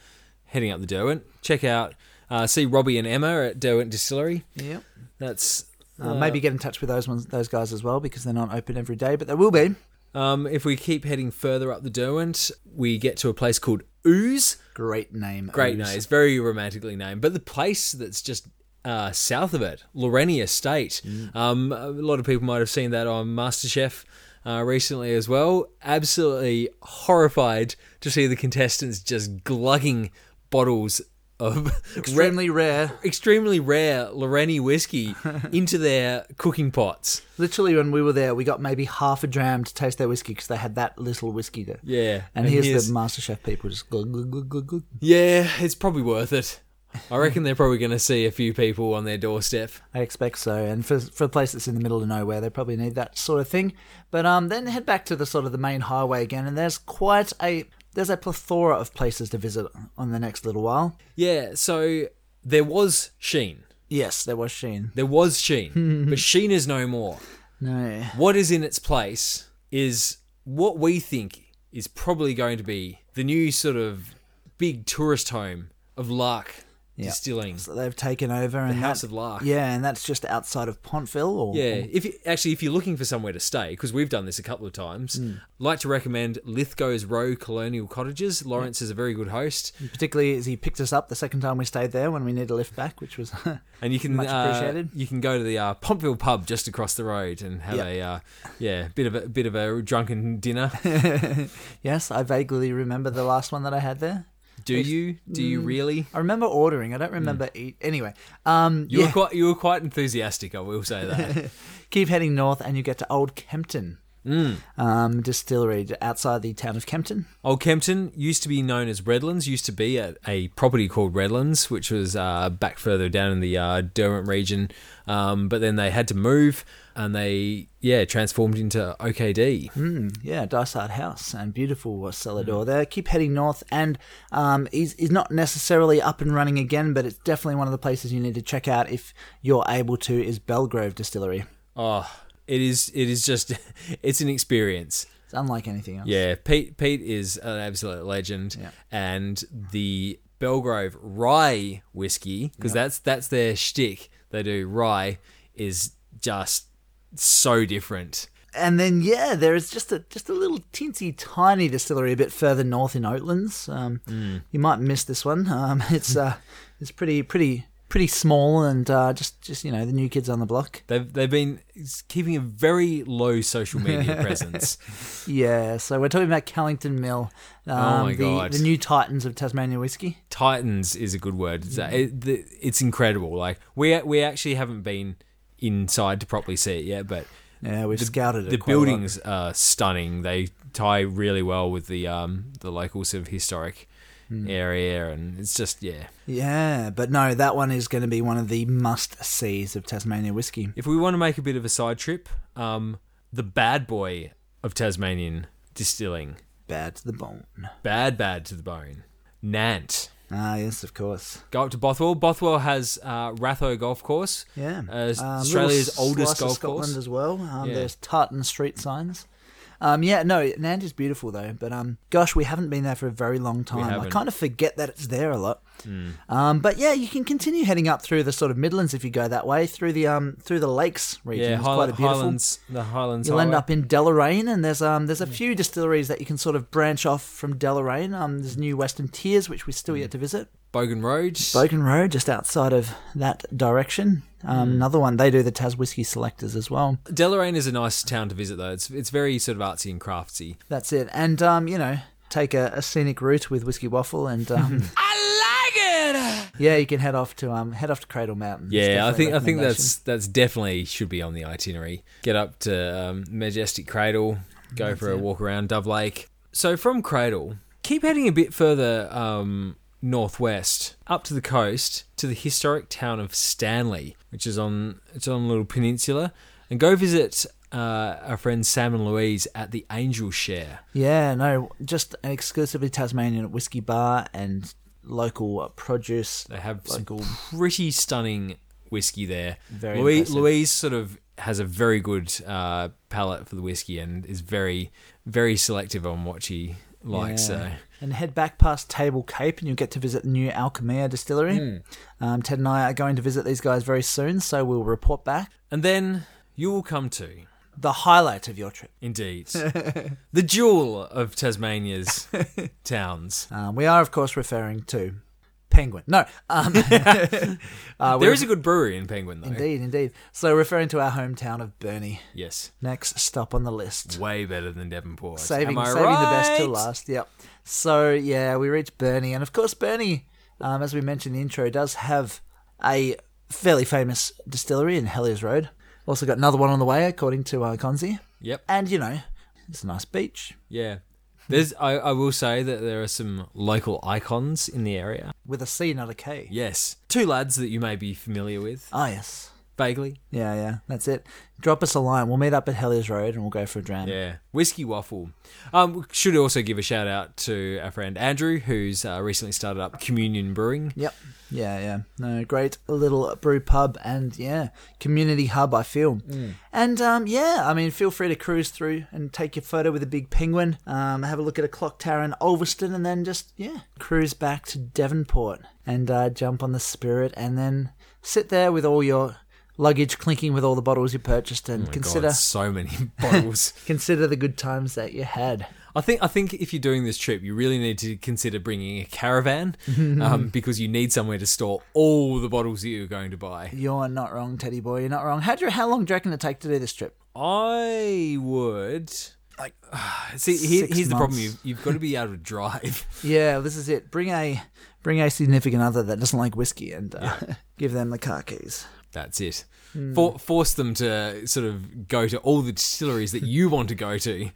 B: heading up the Derwent. Check out uh, see Robbie and Emma at Derwent Distillery.
C: Yep.
B: That's
C: Uh, maybe get in touch with those ones, those guys as well, because they're not open every day, but they will be.
B: um, if we keep heading further up the Derwent, we get to a place called Ooze.
C: Great name.
B: Great
C: Ooze.
B: name, it's very romantically named, but the place that's just uh, south of it, Lorenia Estate.
C: Mm.
B: Um, a lot of people might have seen that on MasterChef. Uh, recently as well absolutely horrified to see the contestants just glugging bottles of red
C: Extremely rare.
B: extremely rare Loreni whiskey into their cooking pots.
C: Literally, when we were there, we got maybe half a dram to taste their whiskey because they had that little whiskey there.
B: Yeah,
C: And, here's, the MasterChef people just glug, glug, glug, glug, glug.
B: yeah, it's probably worth it. I reckon they're probably going to see a few people on their doorstep.
C: I expect so. And for for a place that's in the middle of nowhere, they probably need that sort of thing. But um, then head back to the sort of the main highway again, and there's quite a there's a plethora of places to visit on the next little while.
B: Yeah, so there was Sheen.
C: Yes, there was Sheen.
B: There was Sheen, but Sheen is no more.
C: No,
B: What is in its place is what we think is probably going to be the new sort of big tourist home of Lark Distilling.
C: that they've taken over and
B: House
C: that-
B: of Lark.
C: Yeah, and that's just outside of Pontville. Or,
B: Yeah, if you, actually, if you're looking for somewhere to stay, because we've done this a couple of times,
C: Hmm.
B: like to recommend Lithgow's Row Colonial Cottages. Lawrence is a very good host,
C: particularly as he picked us up the second time we stayed there when we needed a lift back, which was
B: and you can
C: Much
B: uh,
C: appreciated.
B: you can go to the uh, Pontville pub just across the road and have
C: Yep.
B: a uh, yeah bit of a bit of a drunken dinner.
C: yes, I vaguely remember the last one that I had there.
B: Do you? Do you
C: Hmm.
B: really?
C: I remember ordering. I don't remember. eat Anyway, um,
B: Hmm. You
C: yeah,
B: were quite you were quite enthusiastic. I will say that.
C: keep heading north and you get to Old Kempton. um, distillery outside the town of Kempton.
B: Old Kempton used to be known as Redlands, used to be a, a property called Redlands, which was uh, back further down in the uh, Derwent region. Um, but then they had to move and they, yeah, transformed into OKD.
C: Yeah, Dysart House and beautiful uh, cellar door there. Keep heading north, and um, is is not necessarily up and running again, but it's definitely one of the places you need to check out if you're able to. Is Belgrove Distillery?
B: Oh, it is, it is just, it's an experience.
C: It's unlike anything else.
B: Yeah, Pete Pete is an absolute legend,
C: Yeah.
B: and the Belgrove Rye whiskey because that's that's their shtick. They do rye is just so different.
C: and then yeah, there is just a just a little teensy tiny distillery a bit further north in Oatlands. Um,
B: Mm.
C: You might miss this one. Um, it's uh, it's pretty pretty pretty small and uh, just just you know the new kids on the block.
B: They've they've been keeping a very low social media presence.
C: Yeah, so we're talking about Callington Mill, um,
B: Oh my
C: the
B: God.
C: the new titans of Tasmania whiskey.
B: Titans is a good word. It's, uh, it, the- it's incredible. Like we we actually haven't been inside to properly see it yet, but
C: Yeah, we've scouted it.
B: the
C: quite a lot.
B: buildings are stunning. They tie really well with the um the local sort of historic
C: Hmm.
B: area, and it's just yeah.
C: Yeah, but no, that one is going to be one of the must sees of Tasmania whiskey.
B: If we want to make a bit of a side trip, um, the bad boy of Tasmanian distilling,
C: Bad to the bone.
B: bad bad to the bone, Nant.
C: Ah, yes, of course.
B: Go up to Bothwell. Bothwell has uh, Ratho Golf Course.
C: Yeah,
B: uh,
C: Um, little
B: Australia's oldest
C: slice of
B: golf
C: Scotland
B: course.
C: as well. Um,
B: Yeah.
C: There's tartan street signs. Um, yeah, no, Nant is beautiful though, but um, gosh, we haven't been there for a very long time. I
B: haven't. Hmm.
C: kind of forget that it's there a lot. Um, but yeah, you can continue heading up through the sort of Midlands if you go that way through the um through the lakes region.
B: Yeah,
C: it's
B: Highland,
C: quite a beautiful.
B: Highlands. Hmm. The Highlands.
C: You'll end
B: Highway.
C: up in Deloraine, and there's um there's a few distilleries that you can sort of branch off from Deloraine. Um, there's New Western Tiers, which we're still
B: Hmm.
C: yet to visit.
B: Bogan Road.
C: Bogan Road, just outside of that direction.
B: Mm.
C: Um, Another one they do the Tas Whiskey Selectors as well.
B: Deloraine is a nice town to visit though. It's it's very sort of artsy and craftsy.
C: That's it, and um, you know. Take a, a scenic route with Whiskey Waffle, and um,
B: I like it.
C: yeah, you can head off to um, head off to Cradle Mountain. It's
B: Yeah,
C: definitely
B: I think
C: a
B: I think
C: recommendation.
B: that's that's definitely should be on the itinerary. Get up to um, Majestic Cradle, go for a walk around Dove Lake. So from Cradle, keep heading a bit further um, northwest up to the coast to the historic town of Stanley, which is on it's on a little peninsula, and go visit uh, our friend Sam and Louise at the Angel Share.
C: yeah, no, just an exclusively Tasmanian whiskey bar and local uh, produce.
B: They have
C: Local.
B: some pretty stunning whiskey there.
C: Very
B: Louise,
C: impressive.
B: Louise sort of has a very good uh, palate for the whiskey and is very, very selective on what she likes. So.
C: And head back past Table Cape, and you'll get to visit the new Alchemia distillery.
B: Mm.
C: Um, Ted and I are going to visit these guys very soon, so we'll report back.
B: And then you will come to,
C: The highlight of your trip.
B: indeed, the jewel of Tasmania's towns.
C: Um, we are, of course, referring to Penguin. No, um, uh,
B: There
C: we're-
B: is a good brewery in Penguin, though.
C: indeed, indeed. So referring to our hometown of Burnie.
B: Yes.
C: Next stop on the list.
B: Way better than Devonport.
C: Saving,
B: Am I
C: saving the best till
B: right?
C: last. Yep. So yeah, we reach Bernie, and of course Bernie, um, as we mentioned in the intro, does have a fairly famous distillery in Hellier's Road. Also got another one on the way, according to uh, Conzi.
B: Yep.
C: And you know, it's a nice beach
B: Yeah. There's, I, I will say that there are some local icons in the area.
C: with a C, not a K.
B: Yes. Two lads that you may be familiar with,
C: Ah yes.
B: vaguely.
C: Yeah, yeah, that's it. Drop us a line. We'll meet up at Hellier's Road and we'll go for a dram.
B: Yeah. Whiskey Waffle. Um, we should also give a shout out to our friend Andrew, who's uh, recently started up Communion Brewing.
C: Yep. Yeah, yeah. No, great little brew pub and yeah, community hub. I feel. And um, yeah, I mean, feel free to cruise through and take your photo with a big penguin. Um, have a look at a clock tower in Ulverston, and then just yeah, cruise back to Devonport and uh, jump on the Spirit, and then sit there with all your luggage clinking with all the bottles you purchased, and consider
B: God, so many bottles.
C: consider the good times that you had.
B: I think I think if you're doing this trip, you really need to consider bringing a caravan um, because you need somewhere to store all the bottles that you're going to buy.
C: You're not wrong, Teddy boy. You're not wrong. How do you, how long do you reckon it take to do this trip?
B: I would like see. Here,
C: six
B: here's the problem:
C: months.
B: you've, you've got to be able to drive.
C: Yeah, this is it. Bring a bring a significant other that doesn't like whiskey and uh, give them the car keys.
B: That's it. For, force them to sort of go to all the distilleries that you want to go to,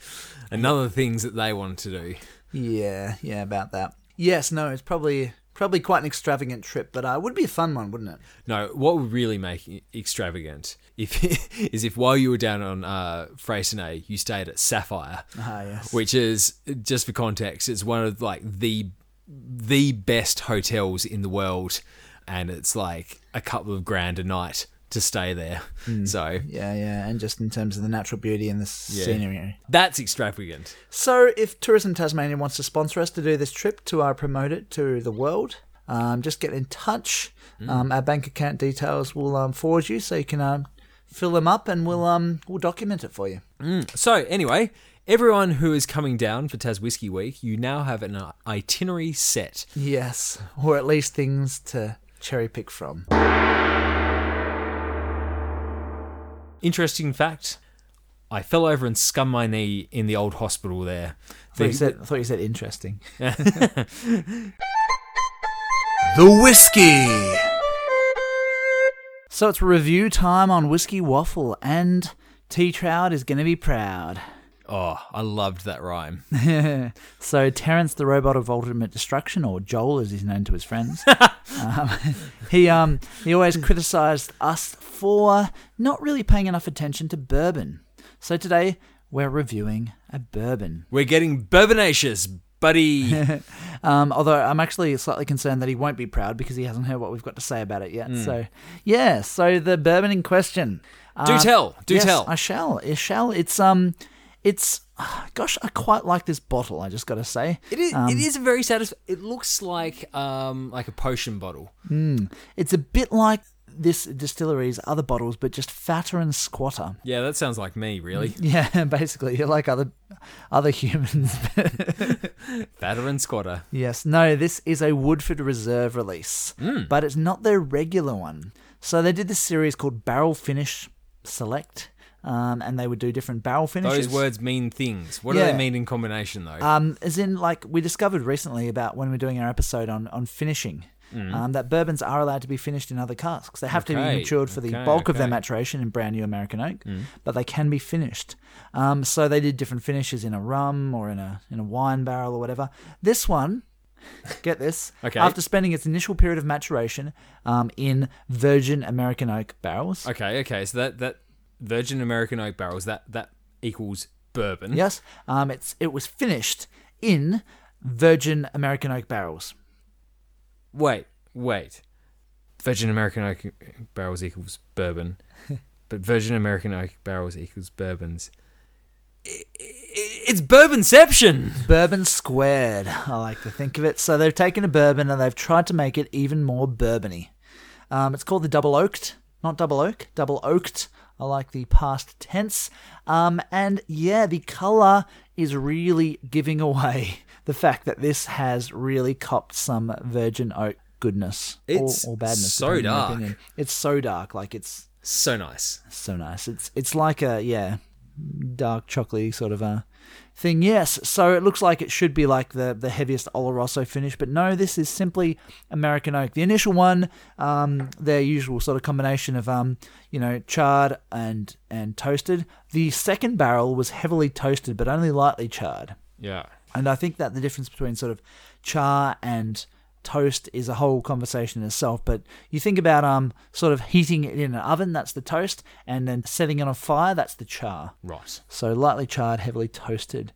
B: and other things that they want to do.
C: Yeah, yeah, about that. Yes, no, it's probably probably quite an extravagant trip, but uh, it would be a fun one, wouldn't it?
B: No, what would really make it extravagant if is if while you were down on uh, Freycinet, you stayed at Sapphire,
C: Ah, yes.
B: which is just for context, it's one of like the the best hotels in the world, and it's like a couple of grand a night to stay there. So
C: Yeah, yeah, and just in terms of the natural beauty and the scenery.
B: that's extravagant.
C: So, if Tourism Tasmania wants to sponsor us to do this trip to uh, promote it to the world, um, just get in touch. Um, our bank account details will um, forward you, so you can um, fill them up, and we'll um, we'll document it for you.
B: Mm. So anyway, everyone who is coming down for Tas Whiskey Week, you now have an uh, itinerary set.
C: Yes, or at least things to cherry pick from.
B: Interesting fact: I fell over and scummed my knee in the old hospital there.
C: I thought you said, I thought you said interesting.
A: The whiskey.
C: So it's review time on Whiskey Waffle, and T Trout is going to be proud.
B: Oh, I loved that rhyme.
C: So Terrence, the robot of ultimate destruction, or Joel as he's known to his friends, um, he um he always criticised us for not really paying enough attention to bourbon. So today we're reviewing a bourbon.
B: We're getting bourbonacious, buddy.
C: Um, although I'm actually slightly concerned that he won't be proud because he hasn't heard what we've got to say about it yet.
B: Hmm.
C: So yeah, so the bourbon in question. Um,
B: Do tell,
C: Uh,
B: do
C: yes,
B: tell.
C: I shall. I shall. It's um, it's gosh, I quite like this bottle. I just got to say,
B: It is, it is a very satisfying. It looks like um like a potion bottle.
C: it's a bit like this distillery's other bottles, but just fatter and squatter.
B: Yeah, that sounds like me, really.
C: Yeah, basically, you're like other other humans.
B: Fatter and squatter.
C: yes, no, this is a Woodford Reserve release, but it's not their regular one. So they did this series called Barrel Finish Select, um, and they would do different barrel finishes.
B: Those words mean things. What do
C: Yeah.
B: they mean in combination, though?
C: Um, as in, like we discovered recently about when we are doing our episode on on finishing, um, that bourbons are allowed to be finished in other casks. They have to
B: Mm. Okay,
C: be matured for the
B: okay,
C: bulk of their
B: okay. Mm.
C: maturation in brand new American oak, but they can be finished. Um, so they did different finishes in a rum or in a in a wine barrel or whatever. This one. Get this.
B: Okay.
C: After spending its initial period of maturation um, in virgin American oak barrels,
B: okay, okay. So that that Virgin American oak barrels that that equals bourbon.
C: Yes, um, it's it was finished in virgin American oak barrels.
B: Wait, wait. Virgin American oak barrels equals bourbon, but Virgin American oak barrels equals bourbons. I- I- It's bourbonception.
C: Bourbon squared, I like to think of it. So they've taken a bourbon and they've tried to make it even more bourbony. Um, it's called the double oaked, not double oak, double oaked. I like the past tense. Um, and yeah, the color is really giving away the fact that this has really copped some virgin oak goodness or-
B: It's
C: or, badness.
B: so
C: depending on your
B: dark.
C: opinion. It's so dark, like it's
B: So nice.
C: so nice. It's it's like a yeah, dark chocolatey sort of a thing. Yes. So it looks like it should be like the the heaviest Oloroso finish, but no, this is simply American oak. The initial one, um, their usual sort of combination of um, you know, charred and and toasted. The second barrel was heavily toasted, but only lightly charred.
B: Yeah.
C: And I think that the difference between sort of char and toast is a whole conversation in itself. But you think about um sort of heating it in an oven, that's the toast, and then setting it on fire, that's the char.
B: Right.
C: So lightly charred, heavily toasted.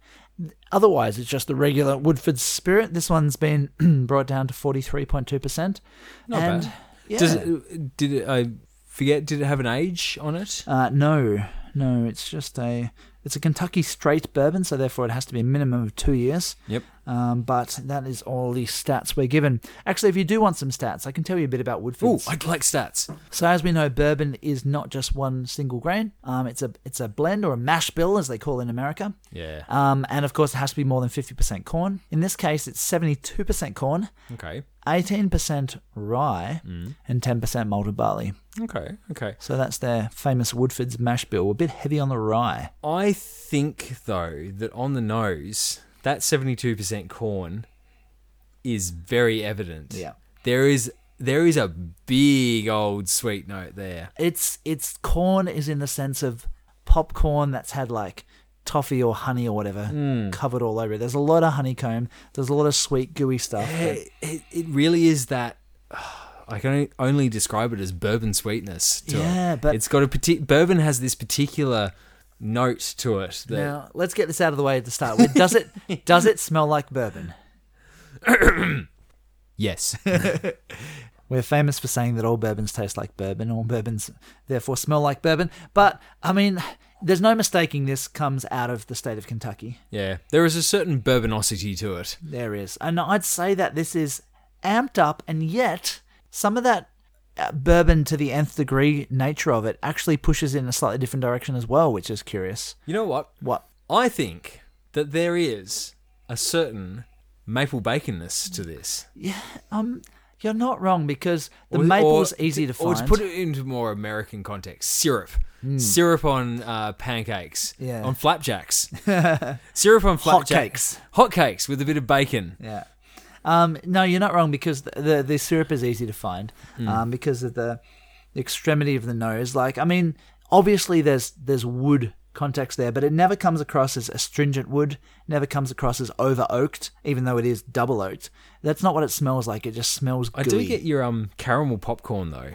C: Otherwise, it's just the regular Woodford spirit. This one's been brought down to forty three point two percent.
B: Not
C: and
B: bad.
C: Yeah.
B: Does it, did it, I forget? Did it have an age on it?
C: Uh, no, no, it's just a it's a Kentucky straight bourbon, so therefore it has to be a minimum of two years.
B: Yep.
C: Um, but that is all the stats we're given. Actually, if you do want some stats, I can tell you a bit about
B: Ooh,
C: Woodfords.
B: I'd like stats.
C: so as we know, bourbon is not just one single grain. Um, it's a it's a blend or a mash bill, as they call it in America.
B: Yeah.
C: Um, and of course, it has to be more than fifty percent corn. In this case, it's seventy-two percent corn,
B: Okay.
C: eighteen percent rye, and ten percent malted barley.
B: Okay. Okay.
C: So that's their famous Woodford's mash bill. A bit heavy on the rye.
B: I think though that on the nose, that seventy-two percent corn is very evident.
C: Yeah.
B: There is there is a big old sweet note there.
C: It's it's corn is in the sense of popcorn that's had like toffee or honey or whatever covered all over it. There's a lot of honeycomb. There's a lot of sweet gooey stuff. that-
B: It, it, it really is that. I can only- only describe it as bourbon sweetness. To
C: Yeah,
B: it.
C: but-
B: it's got a parti- bourbon has this particular note to it that
C: Now let's get this out of the way at the start. with. Does it does it smell like bourbon?
B: yes,
C: We're famous for saying that all bourbons taste like bourbon, all bourbons therefore smell like bourbon. But I mean, there's no mistaking this comes out of the state of Kentucky.
B: yeah, there is a certain bourbonosity to it.
C: There is. And I'd say that this is amped up, and yet some of that uh, bourbon to the nth degree nature of it actually pushes in a slightly different direction as well, which is curious.
B: You know what?
C: What?
B: I think that there is a certain maple baconness to this.
C: Um, you're not wrong because the
B: Or-
C: maple's
B: or-
C: easy to find. Hmm.
B: Or to put it into more American context, syrup. Syrup on uh, pancakes.
C: Yeah.
B: On flapjacks. syrup on flapjacks.
C: Hotcakes.
B: Hot cakes with a bit of bacon.
C: Yeah. Um, no, you're not wrong because the the, the syrup is easy to find
B: Hmm.
C: um, because of the, the extremity of the nose. Like, I mean, obviously there's there's wood context there, but it never comes across as astringent wood. Never comes across as over oaked, even though it is double oaked. That's not what it smells like. It just smells. Gooey. Hmm,
B: I do get your um caramel popcorn though.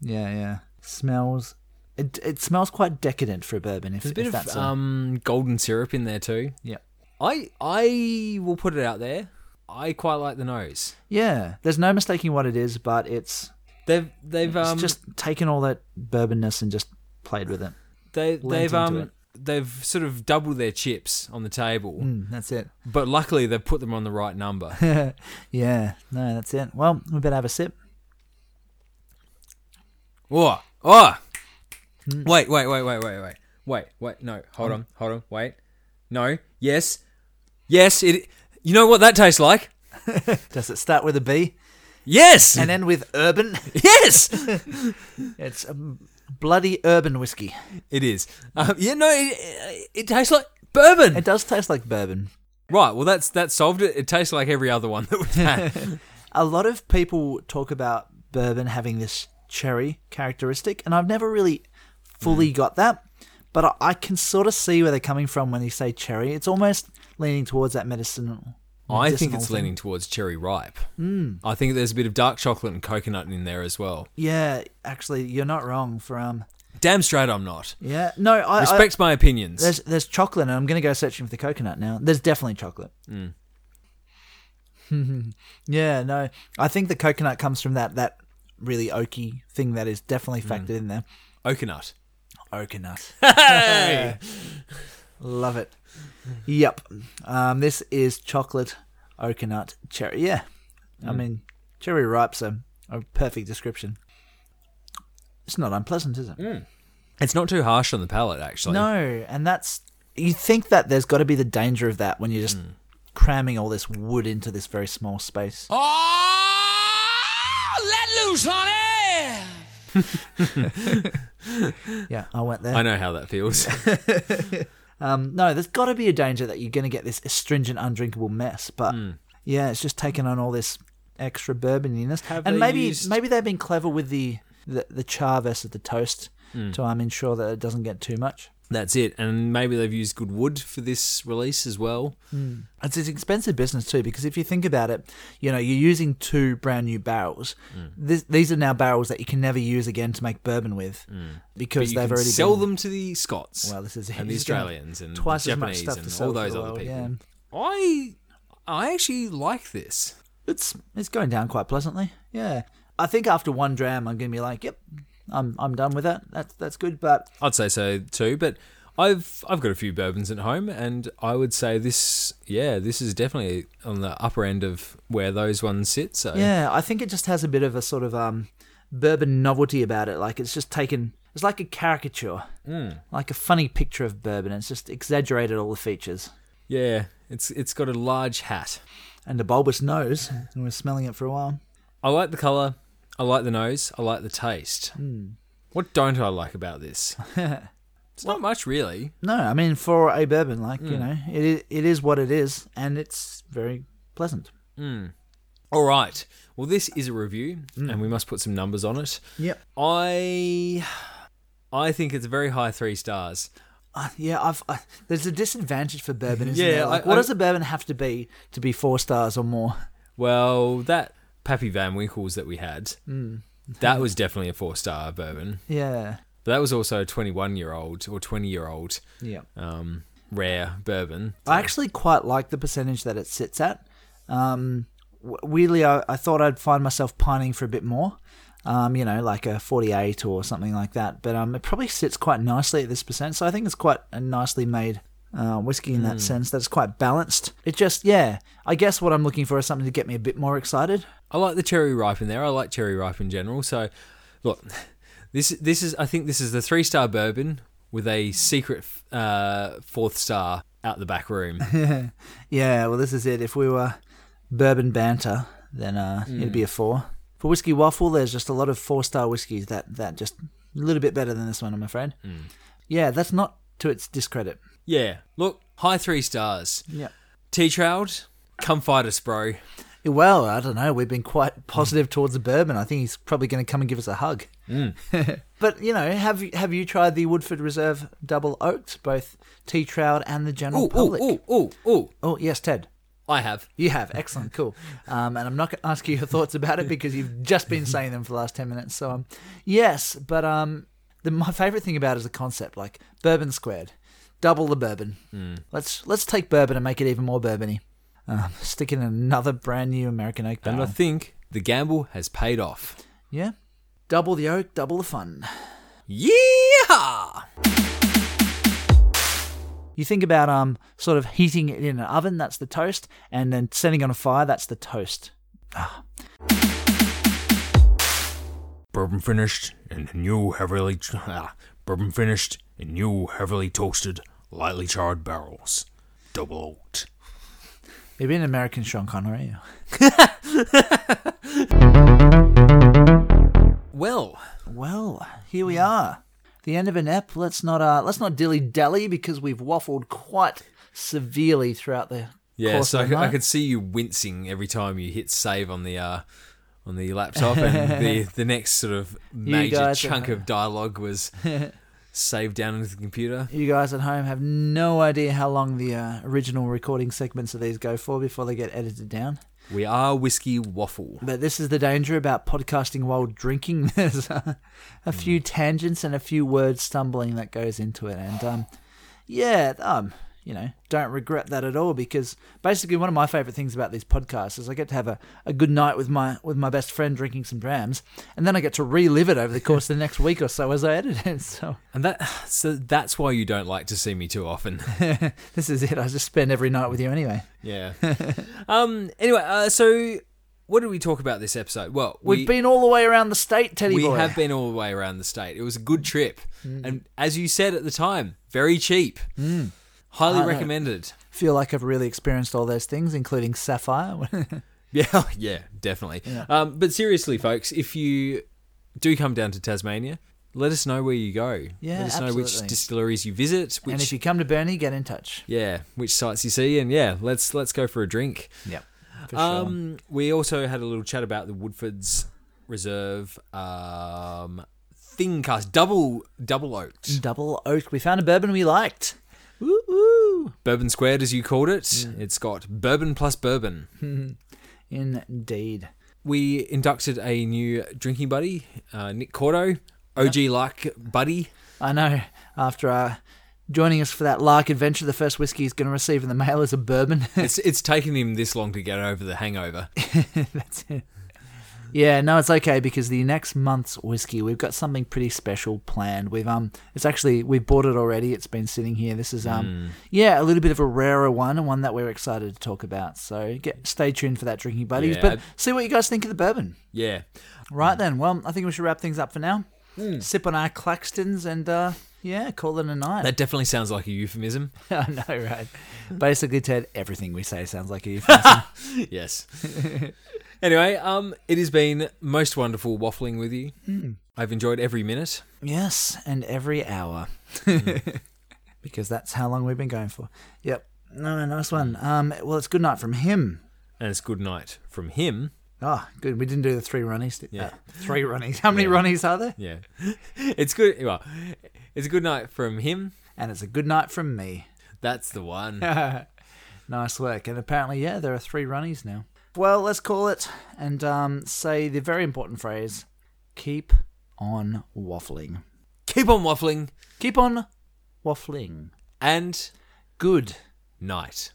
C: Yeah, yeah. Smells. It, it smells quite decadent for a bourbon. If,
B: There's a
C: if
B: bit of
C: that's a-
B: um golden syrup in there too.
C: yeah.
B: I I will put it out there. I quite like the nose.
C: Yeah. There's no mistaking what it is, but it's
B: They've they've
C: it's
B: um
C: just taken all that bourbonness and just played with it.
B: they they've
C: into
B: um
C: it.
B: they've sort of doubled their chips on the table,
C: Mm, that's it.
B: but luckily they've put them on the right number.
C: Yeah, no, that's it. Well, we better have a sip.
B: Oh, oh.
C: Hmm.
B: Wait, wait, wait, wait, wait, wait. Wait, wait. No, hold on, hold on. Wait. No. Yes. Yes, it You know what that tastes like?
C: Does it start with a B
B: Yes.
C: and end with urban?
B: yes.
C: it's a bloody urban whiskey.
B: it is. Um, yeah, no, it, it tastes like bourbon.
C: It does taste like bourbon.
B: right, well that's that solved it. It tastes like every other one that we've had.
C: A lot of people talk about bourbon having this cherry characteristic, and I've never really
B: Mm.
C: fully got that. But I, I can sort of see where they're coming from when they say cherry. It's almost leaning towards that medicinal.
B: I think
C: medicinal
B: it's
C: thing.
B: leaning towards cherry ripe.
C: Hmm.
B: Mm. I think there's a bit of dark chocolate and coconut in there as well.
C: Yeah, actually, you're not wrong. For um,
B: Damn straight I'm not.
C: yeah, no, I I-
B: Respect my opinions.
C: There's there's chocolate, and I'm gonna go searching for the coconut now. There's definitely chocolate. yeah, no, I think the coconut comes from that that really oaky thing that is definitely factored in there.
B: Oakonut.
C: Coconut,
B: Hey!
C: love it. Yep, um, this is chocolate, coconut, cherry. Yeah, I mean cherry ripe's a, a perfect description. It's not unpleasant, is it?
B: It's not too harsh on the palate, actually.
C: No, and that's you think that there's got to be the danger of that when you're
B: Hmm.
C: just cramming all this wood into this very small space.
B: Oh, let loose, honey!
C: Yeah, I went there.
B: I know how that feels.
C: Um, no, there's got to be a danger that you're going to get this astringent, undrinkable mess. But
B: Hmm.
C: yeah, it's just taken on all this extra bourboniness,
B: Have
C: and
B: they
C: maybe
B: used-
C: maybe they've been clever with the the, the char versus the toast
B: Hmm.
C: to um, ensure that it doesn't get too much.
B: That's it. And maybe they've used good wood for this release as well.
C: It's an expensive business too, because if you think about it, you know you're using two brand new barrels.
B: Mm.
C: This, these are now barrels that you can never use again to make bourbon with, because
B: Mm. But you
C: they've
B: can
C: already
B: sell
C: been,
B: them to the Scots
C: Well, this is
B: and the
C: he's gonna have
B: Australians and
C: twice
B: the
C: as much
B: Japanese
C: stuff to
B: and
C: sell
B: all
C: to
B: those
C: the
B: other
C: world,
B: people.
C: yeah.
B: I I actually like this.
C: It's it's going down quite pleasantly. Yeah, I think after one dram, I'm going to be like, yep, I'm I'm done with that. That's that's good. But
B: I'd say so too, but I've I've got a few bourbons at home and I would say this yeah, this is definitely on the upper end of where those ones sit, so
C: yeah, I think it just has a bit of a sort of um bourbon novelty about it. Like it's just taken. It's like a caricature,
B: Hmm.
C: like a funny picture of bourbon. It's just exaggerated all the features.
B: yeah, it's it's got a large hat.
C: and a bulbous
B: Hmm.
C: nose, and we're smelling it for a while.
B: I like the color. I like the nose. I like the taste. What don't I like about this? it's not much, really.
C: No, I mean for a
B: Hmm.
C: bourbon, like you know, it i- it is what it is, and it's very pleasant.
B: All right. Well, this is a review, and we must put some numbers on it.
C: Yep.
B: I, I think it's a very high three stars.
C: Uh, yeah, I've, I, there's a disadvantage for bourbon, isn't
B: Yeah,
C: there? Like,
B: I-
C: what
B: I-
C: does a bourbon have to be to be four stars or more?
B: Well, that Pappy Van Winkles that we had, that was definitely a four star bourbon.
C: Yeah.
B: But that was also a 21 year old or 20 year old
C: Yeah.
B: um, rare bourbon.
C: I actually quite like the percentage that it sits at. Um, w- weirdly, I, I thought I'd find myself pining for a bit more, um, you know, like a 48 or something like that. But um, it probably sits quite nicely at this percent. So I think it's quite a nicely made uh, whiskey in that sense. That's quite balanced. It just, yeah, I guess what I'm looking for is something to get me a bit more excited.
B: I like the cherry ripe in there. I like cherry ripe in general. So, look, this this is I think this is the three star bourbon with a secret uh, fourth star out the back room.
C: Yeah, well, this is it. If we were bourbon banter, then uh,
B: Hmm.
C: it'd be a four. For whiskey waffle, there's just a lot of four star whiskeys that that just a little bit better than this one, I'm afraid.
B: Hmm.
C: Yeah, that's not to its discredit.
B: yeah, look, high three stars.
C: Yeah.
B: T Trout, come fight us, bro.
C: Eh, Well, I don't know. We've been quite positive towards the bourbon. I think he's probably going to come and give us a hug.
B: Hmm.
C: but you know, have you- have you tried the Woodford Reserve Double Oaked, both T. Trout and the general
B: Ooh, ooh,
C: public?
B: ooh, ooh, ooh.
C: Oh yes, Ted.
B: I have.
C: You have excellent, cool. Um, and I'm not going to ask you your thoughts about it because you've just been saying them for the last ten minutes. So um, yes, but um, the, my favorite thing about it is the concept, like bourbon squared, double the bourbon. Let's let's take bourbon and make it even more bourbony. Um, stick in another brand new American oak
B: And
C: barrel.
B: I think the gamble has paid off.
C: yeah, double the oak, double the fun.
B: Yeah.
C: You think about um, sort of heating it in an oven, that's the toast, and then setting it on a fire, that's the toast.
B: Bourbon finished and new heavily ah, bourbon finished in new heavily toasted, lightly charred barrels, double oaked.
C: Maybe an American Sean Connery.
B: Well,
C: Well, here we are. The end of an ep. Let's not uh, let's not dilly dally because we've waffled quite severely throughout the
B: yeah.
C: course
B: So I,
C: of the
B: could- I
C: night.
B: could see you wincing every time you hit save on the uh, on the laptop, and the the next sort of major
C: guys are-
B: chunk of dialogue was saved down into the computer.
C: You guys at home have no idea how long the uh, original recording segments of these go for before they get edited down.
B: We are whiskey waffle.
C: But this is the danger about podcasting while drinking. There's uh, a
B: Hmm.
C: few tangents and a few word stumbling that goes into it, and um, yeah, um, you know, don't regret that at all because basically one of my favorite things about these podcasts is I get to have a, a good night with my with my best friend drinking some drams, and then I get to relive it over the course of the next week or so as I edit it. So
B: And that so that's why you don't like to see me too often.
C: this is it. I just spend every night with you anyway.
B: Yeah. um. Anyway, uh, so what did we talk about this episode? Well,
C: We've
B: we,
C: been all the way around the state, Teddy
B: we
C: boy.
B: have been all the way around the state. It was a good trip,
C: Mm.
B: and as you said at the time, very cheap. Highly
C: I know.
B: recommended.
C: Feel like I've really experienced all those things, including Sapphire.
B: Yeah, oh, yeah, definitely. Um, but seriously, folks, if you do come down to Tasmania, let us know where you go.
C: Yeah,
B: let us know which
C: absolutely.
B: distilleries you visit. Which,
C: and if you come to Bernie, get in touch.
B: yeah, which sites you see, and yeah, let's let's go for a drink.
C: Yep. For
B: Um, we also had a little chat about the Woodfords Reserve um, thing cast double double oaked
C: sure. Double oak. We found a bourbon we liked. Woo woo.
B: bourbon squared as you called it. It's got bourbon plus bourbon.
C: Indeed.
B: We inducted a new drinking buddy, uh, Nick Cordo, OG like buddy.
C: I know. After uh, joining us for that lark adventure, the first whiskey he's going to receive in the mail is a bourbon.
B: It's it's taken him this long to get over the hangover.
C: That's it. Yeah, no, it's okay because the next month's whiskey, we've got something pretty special planned. We've um, it's actually we've bought it already. It's been sitting here. This is um, yeah, a little bit of a rarer one and one that we're excited to talk about. So get stay tuned for that, drinking buddies.
B: Yeah.
C: But see what you guys think of the bourbon.
B: Yeah,
C: Right
B: Hmm.
C: then. Well, I think we should wrap things up for now. Sip on our Claxtons and uh, yeah, call it a night.
B: that definitely sounds like a euphemism.
C: I know, right? Basically, Ted, everything we say sounds like a euphemism.
B: Yes. anyway, um, it has been most wonderful waffling with you. I've enjoyed every minute.
C: yes, and every hour,
B: Hmm.
C: because that's how long we've been going for. Yep. No, nice one. Um, well, it's good night from him.
B: and it's good night from him.
C: Ah, good. We didn't do the three runnies. did-
B: Yeah.
C: uh, three runnies. How many
B: Yeah.
C: runnies are there?
B: Yeah, it's good. Well, it's a good night from him.
C: And it's a good night from me.
B: That's the one.
C: Nice work. And apparently, yeah, there are three runnies now. Well, let's call it and um, say the very important phrase keep on waffling.
B: Keep on waffling
C: Keep on waffling.
B: and
C: Good.
B: night.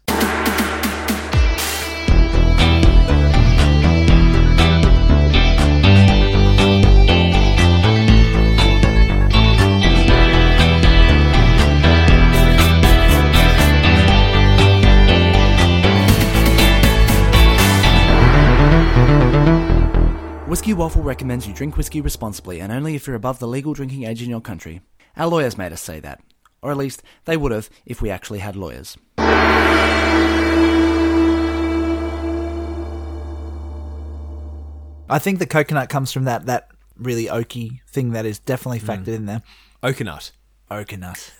D: Whiskey Waffle recommends you drink whiskey responsibly and only if you're above the legal drinking age in your country. Our lawyers made us say that. Or at least they would have if we actually had lawyers.
C: I think the coconut comes from that that really oaky thing that is definitely factored in there.
B: Oakanut.
C: Coconut.